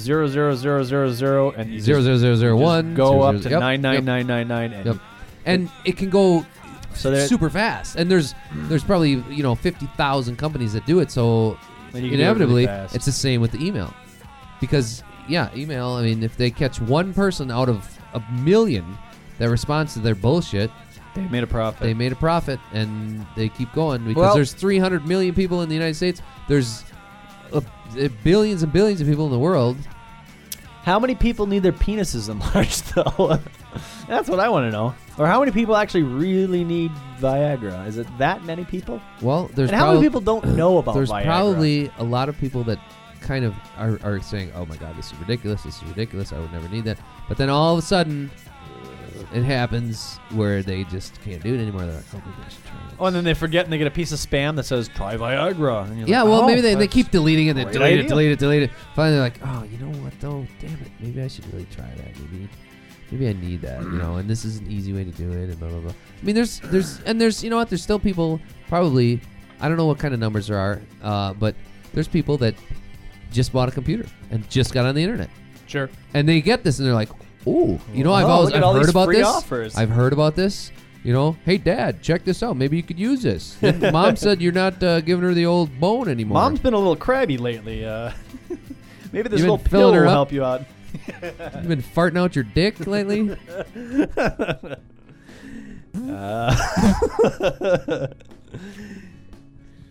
00000 and you
zero
just-
zero zero zero
just
one
go
zero,
up
zero,
to
yep, yep,
99999 and
yep. and it can go
So there-
super fast. And there's there's probably you know fifty thousand companies that do it. So
Then you can do it really
inevitably,
fast.
it's the same with the email, because yeah, email. I mean, if they catch one person out of a million that responds to their bullshit,
they made a profit.
they made a profit and they keep going because
Well-
there's 300 million people in the United States. There's a, a billions and billions of people in the world.
How many people need their penises enlarged, though? That's what I want to know. Or how many people actually really need Viagra? Is it that many people?
Well, there's
and how many
prob-
people don't know about
there's
Viagra?
probably a lot of people that kind of are, are saying, "Oh my God, this is ridiculous. This is ridiculous. I would never need that." But then all of a sudden, it happens where they just can't do it anymore. They're like, "Oh, maybe I should try this."
Oh, and then they forget and they get a piece of spam that says "Try Viagra." And you're
yeah,
like,
well,
"Oh,
maybe they, they
that's-
keep deleting it, they
great
delete it,
idea."
delete it, delete it. Finally, they're like, "Oh, you know what though? Damn it, maybe I should really try that. Maybe." Maybe I need that, you know, and this is an easy way to do it, and blah blah blah. I mean, there's, there's, and there's, you know what? There's still people, probably, I don't know what kind of numbers there are, uh, but there's people that just bought a computer and just got on the internet.
Sure.
And they get this and they're like, "Ooh, you know, I've
Oh,
always
look at
I've
all
heard
these
about
free
this.
offers."
I've heard about this. You know, hey dad, check this out. Maybe you could use this. Mom said you're not uh, giving her the old bone anymore.
Mom's been a little crabby lately. Uh, maybe this
You've been
little
filling
pill
her
will
up?
help you out.
You've been farting out your dick lately.
Uh,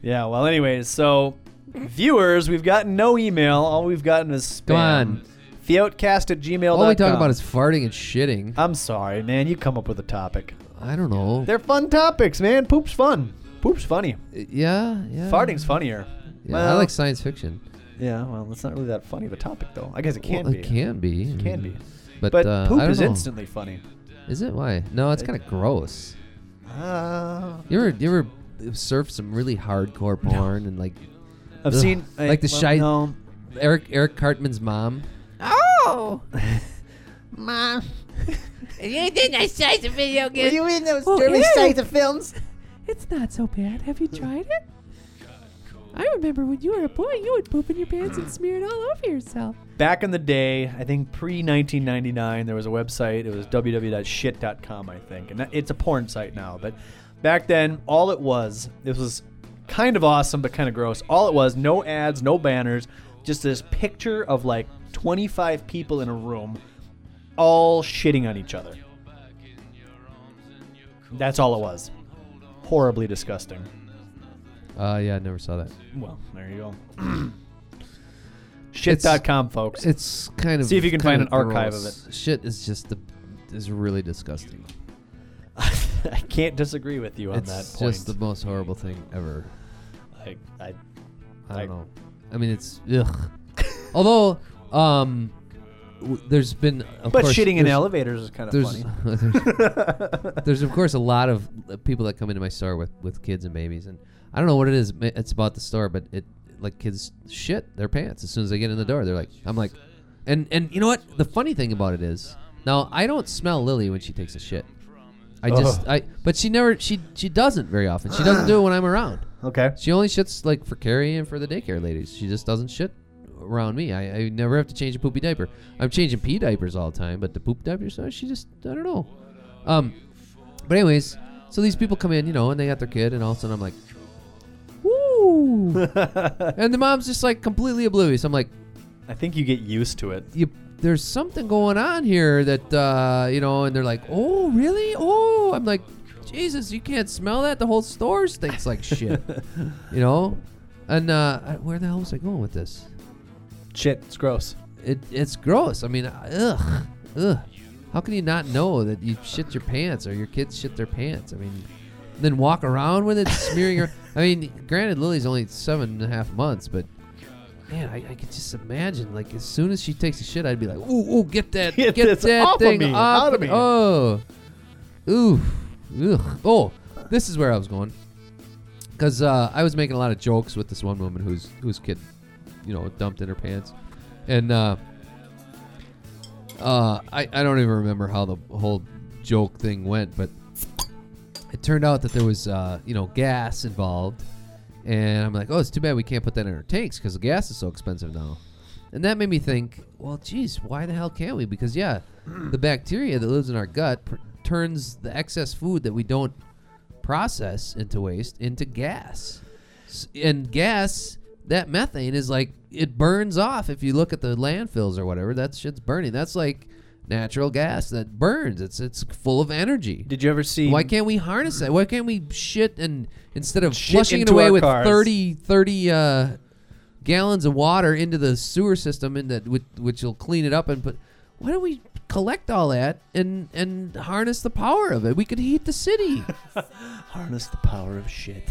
yeah. Well, anyways, so viewers, we've gotten no email. All we've gotten is spam.
Come on.
Fiotcast at gmail.
All we talk about is farting and shitting.
I'm sorry, man. You come up with a topic.
I don't know. Uh,
They're fun topics, man. Poop's fun. Poop's funny.
Yeah, yeah.
Farting's funnier.
Yeah, I
well-
like science fiction.
Yeah. Well, it's not really that funny of a topic, though. I guess it can
Well,
be.
It can be. It
can be.
But,
But
uh, I
poop
don't
is
know.
instantly funny.
Is it? Why? No, it's kind of gross.
Uh,
You ever you ever surf some really hardcore porn and like
I've
Ugh,
seen uh,
like the
well,
shy-
no.
Eric Eric Cartman's mom?
Oh! Mom. you did nice size of video games.
you in those
dirty ew. sites
of films?
It's not so bad. Have you tried it? I remember when you were a boy, you would poop in your pants and smear it all over yourself.
Back in the day, I think pre 1999, there was a website. It was www.shit.com, I think, and that- it's a porn site now. But back then, all it was, this was kind of awesome, but kind of gross. All it was, no ads, no banners, just this picture of like 25 people in a room, all shitting on each other. That's all it was. Horribly disgusting.
Uh, yeah, I never saw that.
Well, there you go. Shit.com, folks.
It's kind of
See if you can
kind
find an archive of
gross. Shit is just the is really disgusting.
I can't disagree with you on
it's
that point.
just the most horrible thing ever.
I, I,
I
Like-
don't know. I mean, it's ugh. Although, um, w- there's been of
but
course,
shitting in
there's-
elevators is kind of
There's,
funny.
there's there's of course a lot of uh, people that come into my store with with kids and babies, and I don't know what it is. ma- It's about the store, but it like kids shit their pants as soon as they get in the door. They're like, I'm like, and and you know what? The funny thing about it is now I don't smell Lily when she takes a shit. I just
Ugh.
I but she never she she doesn't very often. She doesn't do it when I'm around.
Okay.
She only shits like for Carrie and for the daycare ladies. She just doesn't shit around me. I, I never have to change a poopy diaper. I'm changing pee diapers all the time, but the poop diapers, uh, she just I don't know. Um, but anyways, so these people come in, you know, and they got their kid, and all of a sudden I'm like, woo, and the mom's just like completely oblivious. I'm like,
I think you get used to it.
you, there's something going on here that uh, you know, and they're like, oh really? Oh, I'm like, Jesus, you can't smell that. The whole store stinks like shit, you know. And uh, I- where the hell was I going with this?
Shit, it's gross.
It, it's gross. I mean, ugh, ugh. How can you not know that you shit your pants or your kids shit their pants? I mean, then walk around with it smearing her. I mean, granted, Lily's only seven and a half months, but man, I, I could just imagine. Like as soon as she takes a shit, I'd be like, "Ooh, ooh, get that,
Get
get
this
that
off of
thing
me,
off
out of
me.
me."
Oh, ooh, Oh, Ugh. Oh, this is where I was going. Because uh, I was making a lot of jokes with this one woman whose whose kid, you know, dumped in her pants, and uh, uh, I I don't even remember how the whole joke thing went, but it turned out that there was uh, you know gas involved, and I'm like, oh, it's too bad we can't put that in our tanks because the gas is so expensive now. And that made me think, well, geez, why the hell can't we? Because yeah, the bacteria that lives in our gut pr- turns the excess food that we don't process into waste into gas, S- and gas that methane is like it burns off. If you look at the landfills or whatever, that shit's burning. That's like natural gas that burns. It's it's full of energy.
Did you ever see?
Why can't we harness that? Why can't we shit and instead of
Shit
flushing it
into
away
our
with
cars.
thirty thirty 30, uh, gallons of water into the sewer system and that which, which will clean it up and put why don't we collect all that and and harness the power of it? We could heat the city.
harness the power of shit?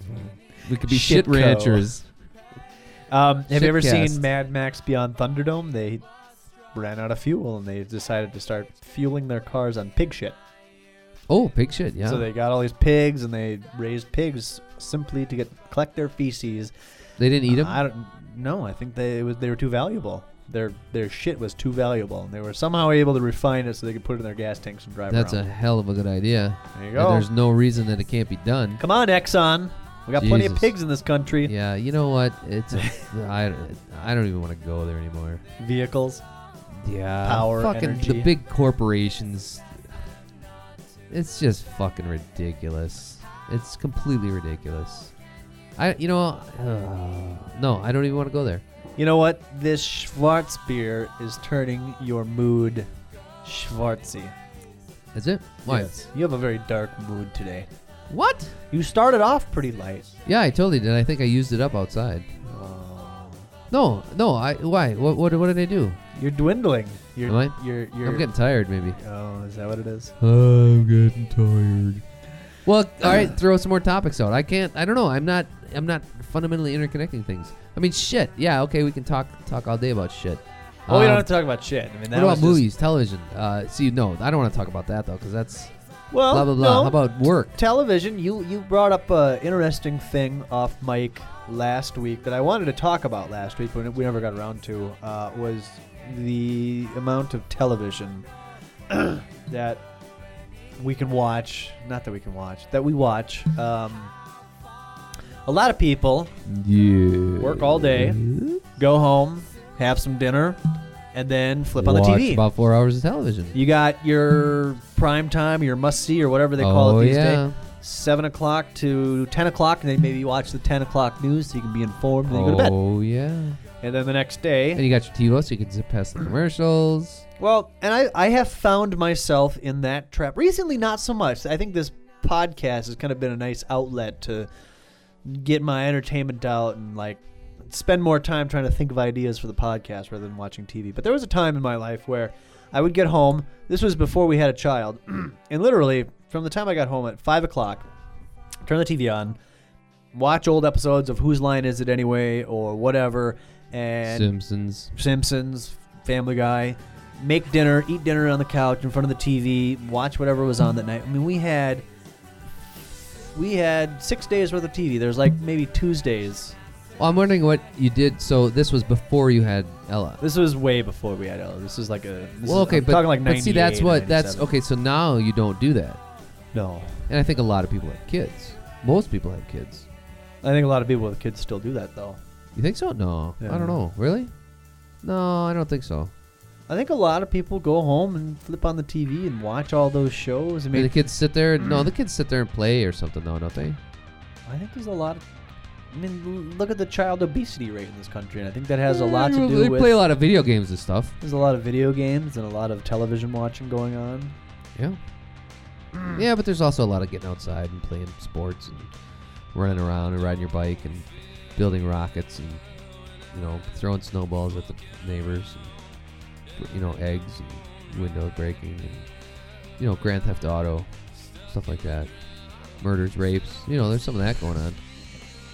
we could be shit
Shitco.
ranchers.
Um, have you ever
Shitcast.
seen Mad Max Beyond Thunderdome? They ran out of fuel and they decided to start fueling their cars on pig shit.
Oh, pig shit, yeah.
So they got all these pigs and they raised pigs simply to get collect their feces.
they didn't eat them.
I don't no, I think they it was they were too valuable. Their their shit was too valuable and they were somehow able to refine it so they could put it in their gas tanks and drive
That's a
around.
hell of a good idea.
there you
And
go.
there's no reason that it can't be done.
Come on, Exxon. We got plenty of
Jesus.
pigs in this country.
Yeah, you know what? It's I, I don't even want to go there anymore.
Vehicles.
Yeah.
Power,
Fucking
energy.
the big corporations. It's just fucking ridiculous. It's completely ridiculous. I, you know, uh, no, I don't even want to go there.
You know what? This Schwarz beer is turning your mood schwarzy.
Is it? Why?
Yes, You have a very dark mood today.
What?
You started off pretty light.
Yeah, I totally did. I think I used it up outside.
Oh.
No, no. I why? What? What, what did I do?
You're dwindling. You're,
Am I?
You're, you're,
I'm getting tired, maybe.
Oh, is that what it is?
I'm getting tired. Well, all right, throw some more topics out. I can't. I don't know. I'm not. I'm not fundamentally interconnecting things. I mean, shit. Yeah, okay. We can talk talk all day about shit.
Oh, we
Um,
don't have to talk about shit. I mean, that
What about
was just-
movies, television? Uh, see, no, I don't want to talk about that though, because that's
Well,
blah blah blah.
no.
How about work?
television? You you brought up an interesting thing off mic last week that I wanted to talk about last week, but we never got around to. Uh, was the amount of television that we can watch? Not that we can watch. That we watch. Um, a lot of people
Yeah.
Work all day, go home, have some dinner, and then flip on the
Watch
TV.
About four hours of television.
You got your prime time, your must see, or whatever they call
oh
it these days.
yeah.
seven o'clock to ten o'clock, and then maybe you watch the ten o'clock news so you can be informed. And then you go to bed,
Oh yeah.
and then the next
And
day.
you got your TiVo, so you can zip past the commercials.
Well, and I, I have found myself in that trap recently. Not so much. I think this podcast has kind of been a nice outlet to get my entertainment out and like spend more time trying to think of ideas for the podcast rather than watching TV. But there was a time in my life where I would get home. This was before we had a child, and literally from the time I got home at five o'clock, turn the TV on, watch old episodes of Whose Line Is It Anyway or whatever, and
Simpsons.
Simpsons, Family Guy, make dinner, eat dinner on the couch in front of the TV, watch whatever was on that night. I mean, we had we had six days worth of TV. There's like maybe Tuesdays.
Well, I'm wondering what you did. So this was before you had Ella.
This was way before we had Ella. This is like a this
well,
is-
okay,
I'm
but,
talking like
but see, that's
98,
what that's
97.
okay. So now you don't do that,
No,
and I think a lot of people have kids. Most people have kids.
I think a lot of people with kids still do that though.
You think so? No,
Yeah.
I don't know. Really? No, I don't think so.
I think a lot of people go home and flip on the TV and watch all those shows. I
I mean, the
mean,
kids sit there. No, the kids sit there and play or something, though, don't they?
I think there's a lot of. I mean, l- look at the child obesity rate in this country, and I think that has a lot to do
Mm, They
with.
play a lot of video games and stuff.
There's a lot of video games and a lot of television watching going on.
Yeah. Yeah, but there's also a lot of getting outside and playing sports and running around and riding your bike and building rockets and you know throwing snowballs at the neighbors and you know eggs and window breaking and you know Grand Theft Auto stuff like that, murders, rapes. You know, there's some of that going on.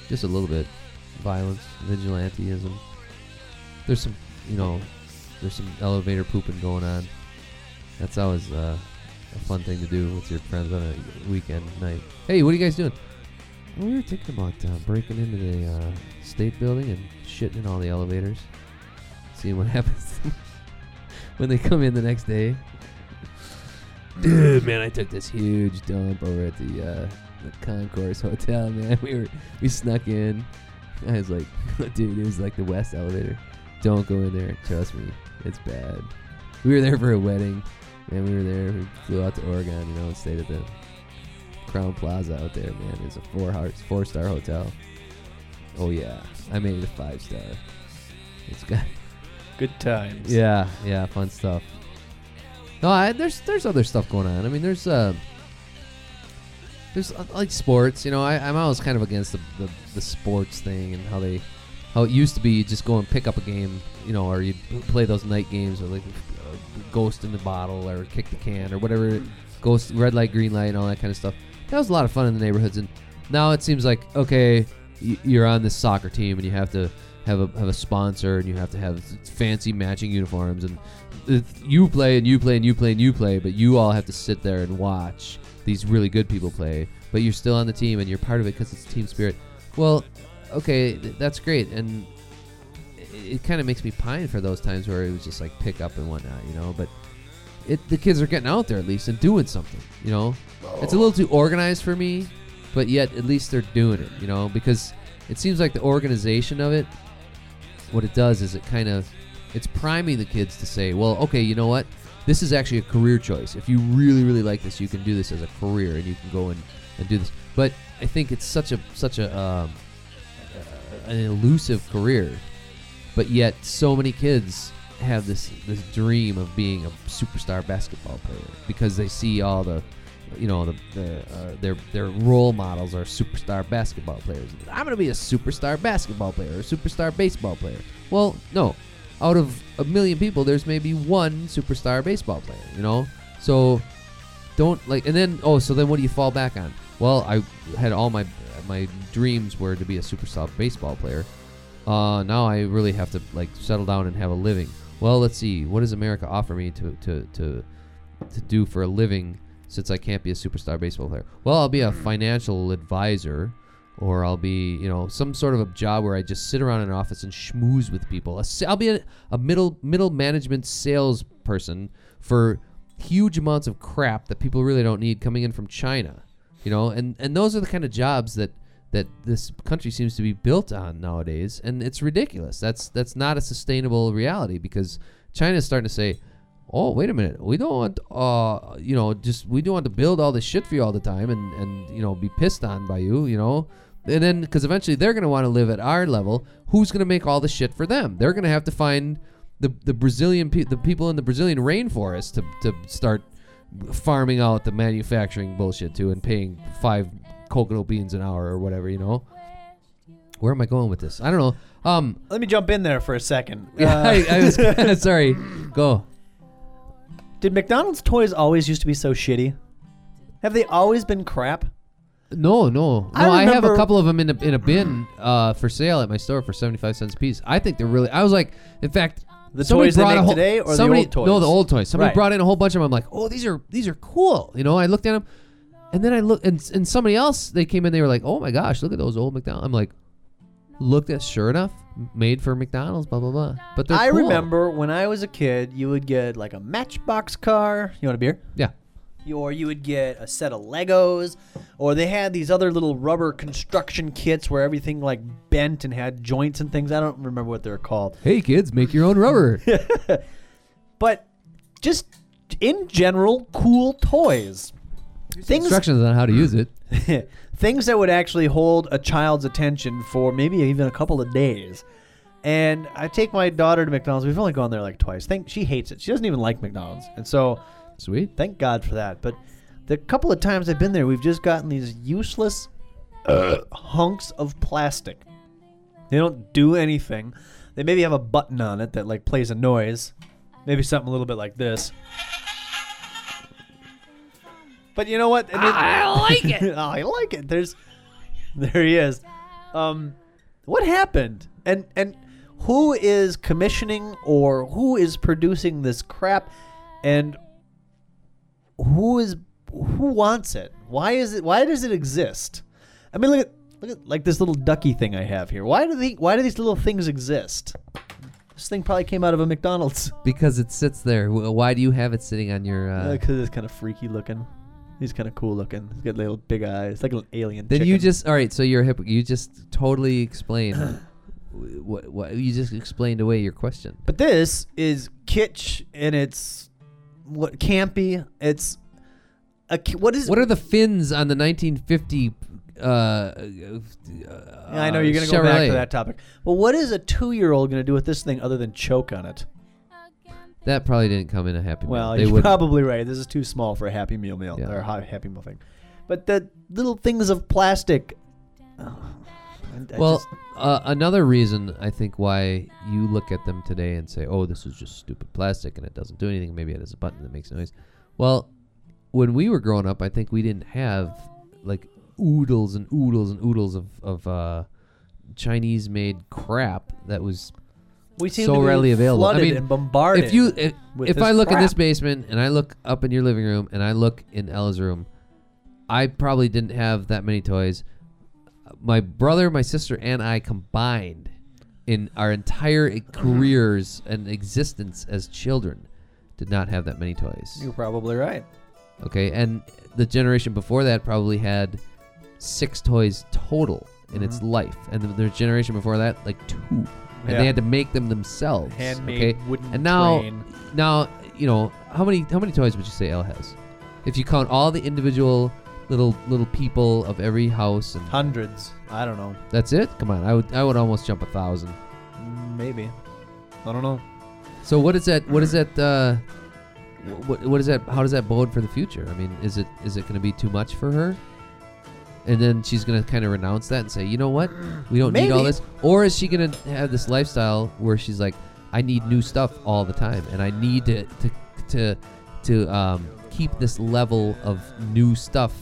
Just a little bit, violence, vigilanteism. There's some, you know, there's some elevator pooping going on. That's always uh, a fun thing to do with your friends on a weekend night. Hey, what are you guys doing? "Well, we were thinking about uh, breaking into the uh, state building and shitting in all the elevators, seeing what happens when they come in the next day. Dude, man, I took this huge dump over at the uh, the Concourse Hotel. Man, we were we snuck in. I was like, dude, it was like the West elevator. Don't go in there. Trust me, it's bad. We were there for a wedding, and we were there. We flew out to Oregon, you know, and stayed at the Crown Plaza out there, man. It's a four hearts, four star hotel. Oh yeah, I made it a five star. It's got
Good times.
yeah, yeah, fun stuff. No, I, there's there's other stuff going on. I mean, there's uh, there's uh, like sports. You know, I, I'm always kind of against the, the the sports thing and how they how it used to be. You just go and pick up a game, you know, or you play those night games or like uh, Ghost in the Bottle or Kick the Can or whatever, Ghost Red Light Green Light and all that kind of stuff. That was a lot of fun in the neighborhoods, and now it seems like okay, y- you're on this soccer team and you have to have a have a sponsor and you have to have fancy matching uniforms and th- you play and you play and you play and you play, but you all have to sit there and watch these really good people play. But you're still on the team and you're part of it because it's team spirit. Well, okay, th- that's great, and it, it kind of makes me pine for those times where it was just like pick up and whatnot, you know. But it the kids are getting out there at least and doing something, you know. It's a little too organized for me, but yet at least they're doing it, you know, because it seems like the organization of it what it does is it kind of it's priming the kids to say, well, okay, you know what? This is actually a career choice. If you really, really like this, you can do this as a career, and you can go and, and do this. But I think it's such a such a um, uh, an elusive career, but yet so many kids have this this dream of being a superstar basketball player because they see all the you know the, the uh, their their role models are superstar basketball players. I'm gonna be a superstar basketball player or a superstar baseball player. Well, no, out of a million people, there's maybe one superstar baseball player. You know, so don't like. And then oh, so then what do you fall back on? Well, I had all my my dreams were to be a superstar baseball player. Uh, now I really have to like settle down and have a living. Well, let's see. What does America offer me to to to to do for a living since I can't be a superstar baseball player? Well, I'll be a financial advisor or I'll be, you know, some sort of a job where I just sit around in an office and schmooze with people. A sa- I'll be a, a middle middle management salesperson for huge amounts of crap that people really don't need coming in from China. You know, and and those are the kind of jobs that that this country seems to be built on nowadays and it's ridiculous. That's that's not a sustainable reality because China's starting to say, oh wait a minute we don't want uh you know just we don't want to build all this shit for you all the time and and you know be pissed on by you you know and then because eventually they're going to want to live at our level who's going to make all the shit for them they're going to have to find the the brazilian pe- the people in the brazilian rainforest to to start farming out the manufacturing bullshit to and paying five coconut beans an hour or whatever you know where am i going with this i don't know um
Let me jump in there for a second.
yeah,
Uh,
I, I was sorry go
did McDonald's toys always used to be so shitty? Have they always been crap?
No, no, no.
I
I, have a
remember-
couple of them in a, in a bin uh, for sale at my store for seventy five cents a piece. I think they're really. I was like, in fact,
The
somebody
toys they
brought a
make
whole,
today or the
somebody,
old toys?
No, the old toys. Somebody
Right.
brought in a whole bunch of them. I'm like, oh, these are these are cool. You know, I looked at them, and then I look and and somebody else they came in. They were like, oh my gosh, look at those old McDonald's. I'm like, looked at sure enough, made for McDonald's. Blah blah blah. But they're
I
cool.
remember when I was a kid, you would get like a Matchbox car. You want a beer?
Yeah.
Or you would get a set of Legos, or they had these other little rubber construction kits where everything like bent and had joints and things. I don't remember what they're called.
Hey kids, make your own rubber.
But just in general, cool toys. Things
Instructions on how to use it.
things that would actually hold a child's attention for maybe even a couple of days. And I take my daughter to McDonald's. We've only gone there like twice. Think she hates it. She doesn't even like McDonald's. And so
Sweet.
thank God for that. But the couple of times I've been there, we've just gotten these useless hunks of plastic. They don't do anything. They maybe have a button on it that like plays a noise. Maybe something a little bit like this. But you know what? I, like it. I like it. There's there he is. Um what happened? And and who is commissioning or who is producing this crap? And who is who wants it? Why is it? Why does it exist? I mean, look at look at like this little ducky thing I have here. Why do they? Why do these little things exist? This thing probably came out of a McDonald's
Because it sits there. W- Why do you have it sitting on your? Uh,
because it's kind of freaky looking. He's kind of cool looking. He's got little big eyes, like an alien.
then you
chicken.
just all right. So you're a hip. You just totally explain. what, what you just explained away your question.
But this is kitsch and it's what campy. It's a ki- what is
What are the fins on the 1950? Uh, uh,
Yeah, I know you're gonna go back
Chevrolet?
to that topic. Well, what is a two-year-old gonna do with this thing other than choke on it?
That probably didn't come in a happy. Meal.
Well,
they
you're
would.
probably right. This is too small for a Happy Meal meal
Yeah.
or a hi- Happy Meal thing. But the little things of plastic. Ugh. I- I
well,
just-
uh, another reason I think why you look at them today and say, "Oh, this is just stupid plastic and it doesn't do anything. Maybe it has a button that makes noise." Well, when we were growing up, I think we didn't have like oodles and oodles and oodles of of uh, Chinese-made crap that was
we seem
so
to be
readily available. I
flooded
mean,
and bombarded.
if you if,
with
if
this
I look in this
crap.
basement and I look up in your living room and I look in Ella's room, I probably didn't have that many toys. My brother, my sister, and I combined in our entire e-
Mm-hmm.
careers and existence as children did not have that many toys.
you're probably right.
Okay, and the generation before that probably had six toys total in
Mm-hmm.
its life, and the, the generation before that like two, and
Yeah.
they had to make them themselves.
Handmade
okay?
wooden
And now,
crane.
now you know how many how many toys would you say Elle has? If you count all the individual little little people of every house, and
Hundreds. I don't know.
that's it. Come on, I would I would almost jump a thousand.
Maybe. I don't know.
So what is that? What is that? Uh, wh- what what is that? How does that bode for the future? I mean, is it is it going to be too much for her? And then she's going to kind of renounce that and say, you know what, we don't need all
Maybe.
this. Or is she going to have this lifestyle where she's like, I need new stuff all the time, and I need to to to to um, keep this level of new stuff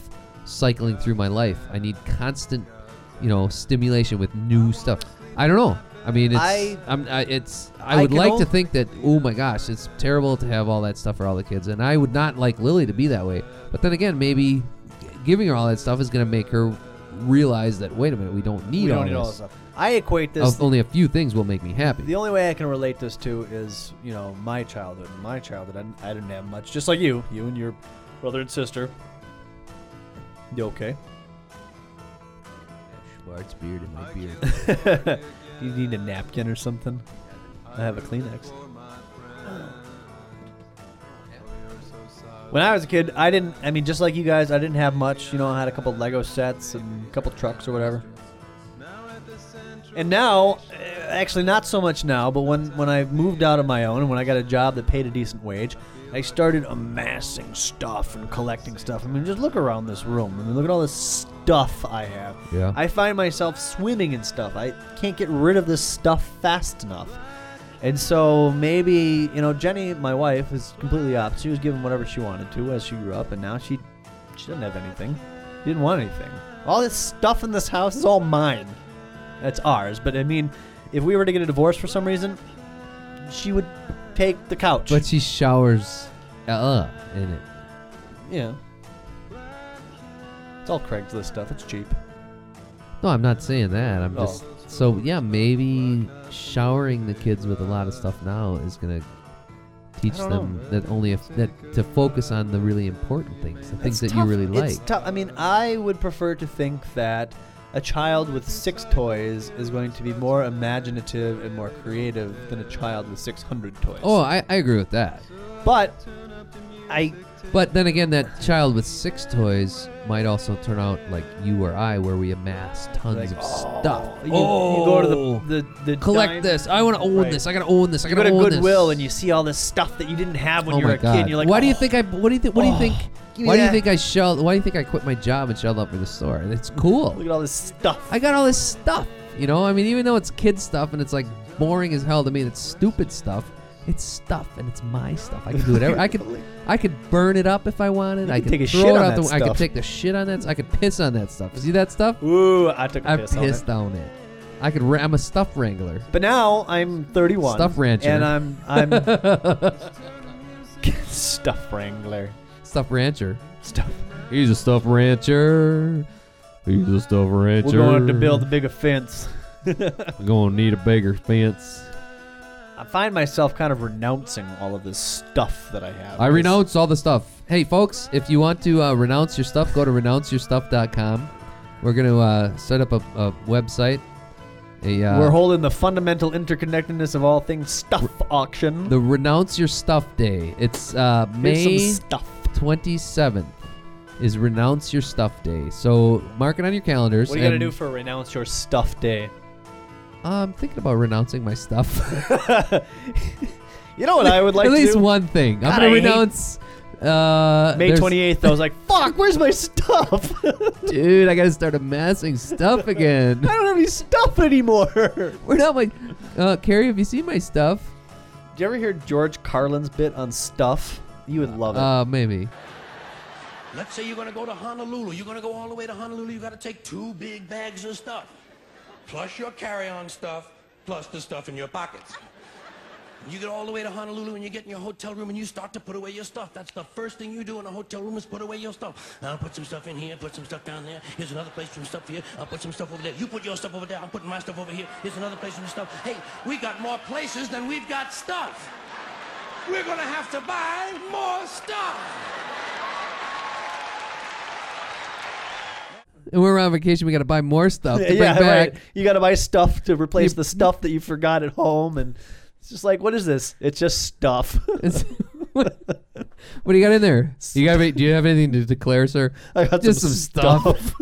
cycling through my life. I need constant, you know, stimulation with new stuff. I don't know. I mean, it's
I-
I'm, I, it's I,
I
would
can
like
only-
to think that oh my gosh, it's terrible to have all that stuff for all the kids, and I would not like Lily to be that way. But then again, maybe giving her all that stuff is going to make her realize that wait a minute, we don't need,
We
all,
don't need
this.
all this stuff.
I equate this.
Of- only a few things will make me happy.
The only way I can relate this to is, you know, my childhood. My childhood, I didn't, I didn't have much. Just like you, you and your brother and sister. You okay?
Schwartz beard in my beard.
I
Do you need a napkin or something? I have a Kleenex.
When I was a kid, I didn't. I mean, just like you guys, I didn't have much. You know, I had a couple Lego sets and a couple trucks or whatever.
And now, eh, actually, not so much now, but when, when I moved out on my own and when I got a job that paid a decent wage, I started amassing stuff and collecting stuff. I mean, just look around this room. I mean, look at all this stuff I have.
Yeah.
I find myself swimming in stuff. I can't get rid of this stuff fast enough. And so maybe, you know, Jenny, my wife, is completely opposite. She was given whatever she wanted to as she grew up, and now she she doesn't have anything. She didn't want anything. All this stuff in this house is all mine. That's ours. But I mean, if we were to get a divorce for some reason, she would take the couch.
But she showers Ella in it.
yeah. It's all Craigslist stuff. It's cheap.
No, I'm not saying that. I'm
Oh.
just so yeah. Maybe showering the kids with a lot of stuff now is gonna teach
I don't
them that only if that to focus on the really important things, the things that
It's
you
tough.
really like.
It's tough. I mean, I would prefer to think that a child with six toys is going to be more imaginative and more creative than a child with 600 toys.
oh, I, I agree with that.
but I
But then again, that child with six toys might also turn out like you or I, where we amass tons
like
of
oh,
stuff. Oh,
You, you go to the the, the
collect
dime-
this. I want to own
Right.
this. I gotta own this. I
You
gotta
go to
own
Goodwill
this.
and you see all this stuff that you didn't have when
oh
you were
my
a
god!
kid. And you're like,
why do you
"Oh,
think I? What do you think? What do you
oh,
think?
give me
Why do you
that."
think I shell? Why do you think I quit my job and shelled out for the store? It's cool.
Look at all this stuff.
I got all this stuff. You know, I mean, even though it's kid stuff and it's like boring as hell to me, and it's stupid stuff. It's stuff and it's my stuff. I can do whatever. I could, I could burn it up if I wanted.
You
I
could
could
take a
throw
shit
it
on
out
that
the. w- I could
stuff.
take the shit on that. I could piss on that stuff. See that stuff?
Ooh, I took a
I
piss on it.
pissed on it. I could. Ra- I'm a stuff wrangler.
But now I'm 31. Hmm.
Stuff rancher.
And I'm I'm stuff wrangler.
Stuff rancher.
Stuff.
He's a stuff rancher. He's a stuff rancher.
We're going to build a bigger fence.
We're gonna need a bigger fence.
I find myself kind of renouncing all of this stuff that I have.
I
This-
renounce all the stuff. Hey, folks, if you want to uh, renounce your stuff, go to renounceyourstuff.com. We're going to uh, set up a, a website. A, uh,
We're holding the fundamental interconnectedness of all things stuff auction.
the Renounce Your Stuff Day. It's uh,
Here's some
May
stuff.
27th is Renounce Your Stuff Day. So mark it on your calendars.
What are you gonna
and,
do for renounce your stuff day?
Uh, I'm thinking about renouncing my stuff.
You know what I would like
At
to
least
do?
one thing. I'm
God, I
going to
hate-
renounce. Uh,
May
there's-
twenty eighth, I was like,
Fuck, where's my stuff? I
Dude, I got to start amassing stuff again.
don't have any stuff anymore. Did
We're not like, uh, Carrie, have you seen my stuff?
you ever hear George Carlin's bit on stuff? You would love it.
Uh, maybe.
Let's say you're gonna go to Honolulu. You're gonna go all the way to Honolulu. You gotta take two big bags of stuff, plus your carry-on stuff, plus the stuff in your pockets. You get all the way to Honolulu and you get in your hotel room and you start to put away your stuff. That's the first thing you do in a hotel room is put away your stuff. I'll put some stuff in here, put some stuff down there. Here's another place, some stuff here. I'll put some stuff over there. You put your stuff over there. I'm putting my stuff over here. Here's another place, some stuff. Hey, we got more places than we've got stuff. We're gonna have to buy more stuff.
and we're on vacation. We got to buy more stuff to bring
yeah,
back.
right. You got to buy stuff to replace
You-
the stuff that you forgot at home, and it's just like, what is this? It's just stuff.
It's- what, what do you got in there? You got? any- Do you have anything to declare, sir?
I got
Just
some,
some stuff.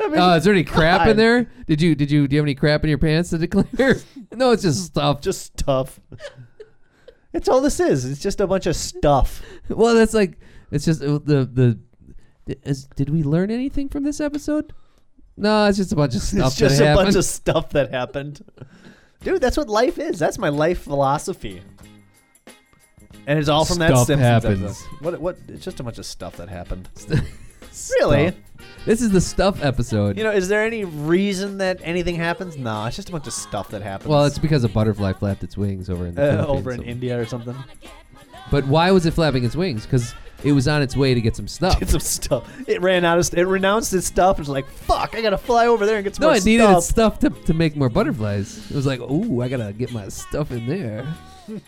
I mean,
Uh, is there any crap in
God.
there? Did you? Did you? Do you have any crap in your pants to declare? no, it's just stuff.
just stuff. It's all this is. It's just a bunch of stuff.
Well, that's like it's just uh, the the. Is, did we learn anything from this episode? No, it's just a bunch of stuff.
it's just
that
a
happened.
bunch of stuff that happened. Dude, that's what life is. That's my life philosophy. And it's all from that
Stuff
Simpsons
happens.
episode. What? What? It's just a bunch of stuff that happened. really?
This is the stuff episode.
You know, is there any reason that anything happens? No, it's just a bunch of stuff that happens.
well, it's because a butterfly flapped its wings over in the
uh,
Philippines,
over in
so-
India or something.
But why was it flapping its wings? Because it was on its way to get some stuff.
Get some stuff. It ran out of. St- it renounced its stuff. It's like fuck. I gotta fly over there and get some
No,
more
it needed
stuff.
its stuff to, to make more butterflies. It was like, ooh, I gotta get my stuff in there. I'm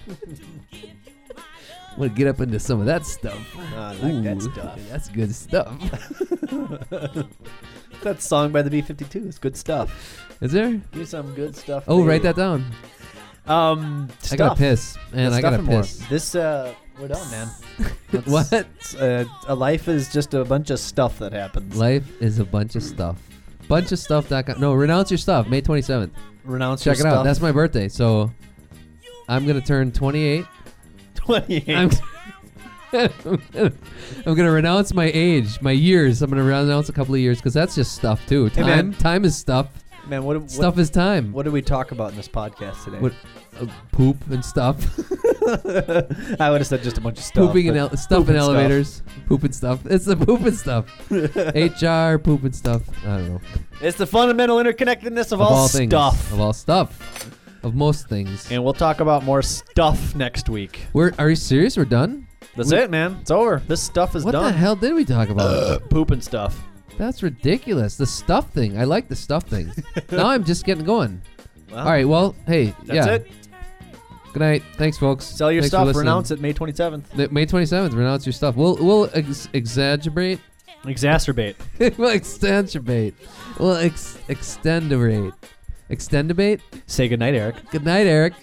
gonna get up into some of that stuff.
Ah, I like that
Ooh,
stuff.
That's good stuff.
That song by the B52 is good stuff.
Is there?
Do some good stuff.
Oh,
baby.
write that down.
Um, stuff.
I gotta piss, and I
Stuff
gotta
and more.
piss.
This uh, we're done, man. That's-
What?
it's, Uh, a life is just a bunch of stuff that happens.
Life is a bunch of stuff. Bunch of stuff.com. No, renounce your stuff. May 27th.
Renounce
Check it
your
out.
stuff.
That's my birthday, so I'm gonna turn 28.
28.
I'm, I'm gonna renounce my age, my years. I'm gonna renounce a couple of years because that's just stuff too.
Hey,
Time,
man.
time is stuff.
man, what, what
stuff is time.
What did we talk about in this podcast today?
What- Uh, poop and stuff.
I would have said just a bunch of stuff.
Pooping in
but-
el- stuff
poop
in
and stuff.
elevators. Poop and stuff. It's the poop and stuff. HR poop and stuff. I don't know.
It's the fundamental interconnectedness of,
of
all,
all things.
stuff.
Of all stuff. Of most things.
and we'll talk about more stuff next week.
We're are you serious? We're done.
That's
We-
it, man. It's over. This stuff is
What the
done.
hell did we talk about?
Poop and stuff.
That's ridiculous. The stuff thing. I like the stuff thing. now I'm just getting going.
Well,
All right. Well, hey,
Oh. That's
yeah.
it.
Good night. Thanks, folks.
Sell your
Thanks for
stuff.
listening.
Renounce it May 27th.
Th- May 27th. Renounce your stuff. We'll we'll ex- exaggerate.
Exacerbate.
we'll extendabate. We'll ex- extenderate. Extendabate.
Say goodnight, Eric.
Good night, Eric.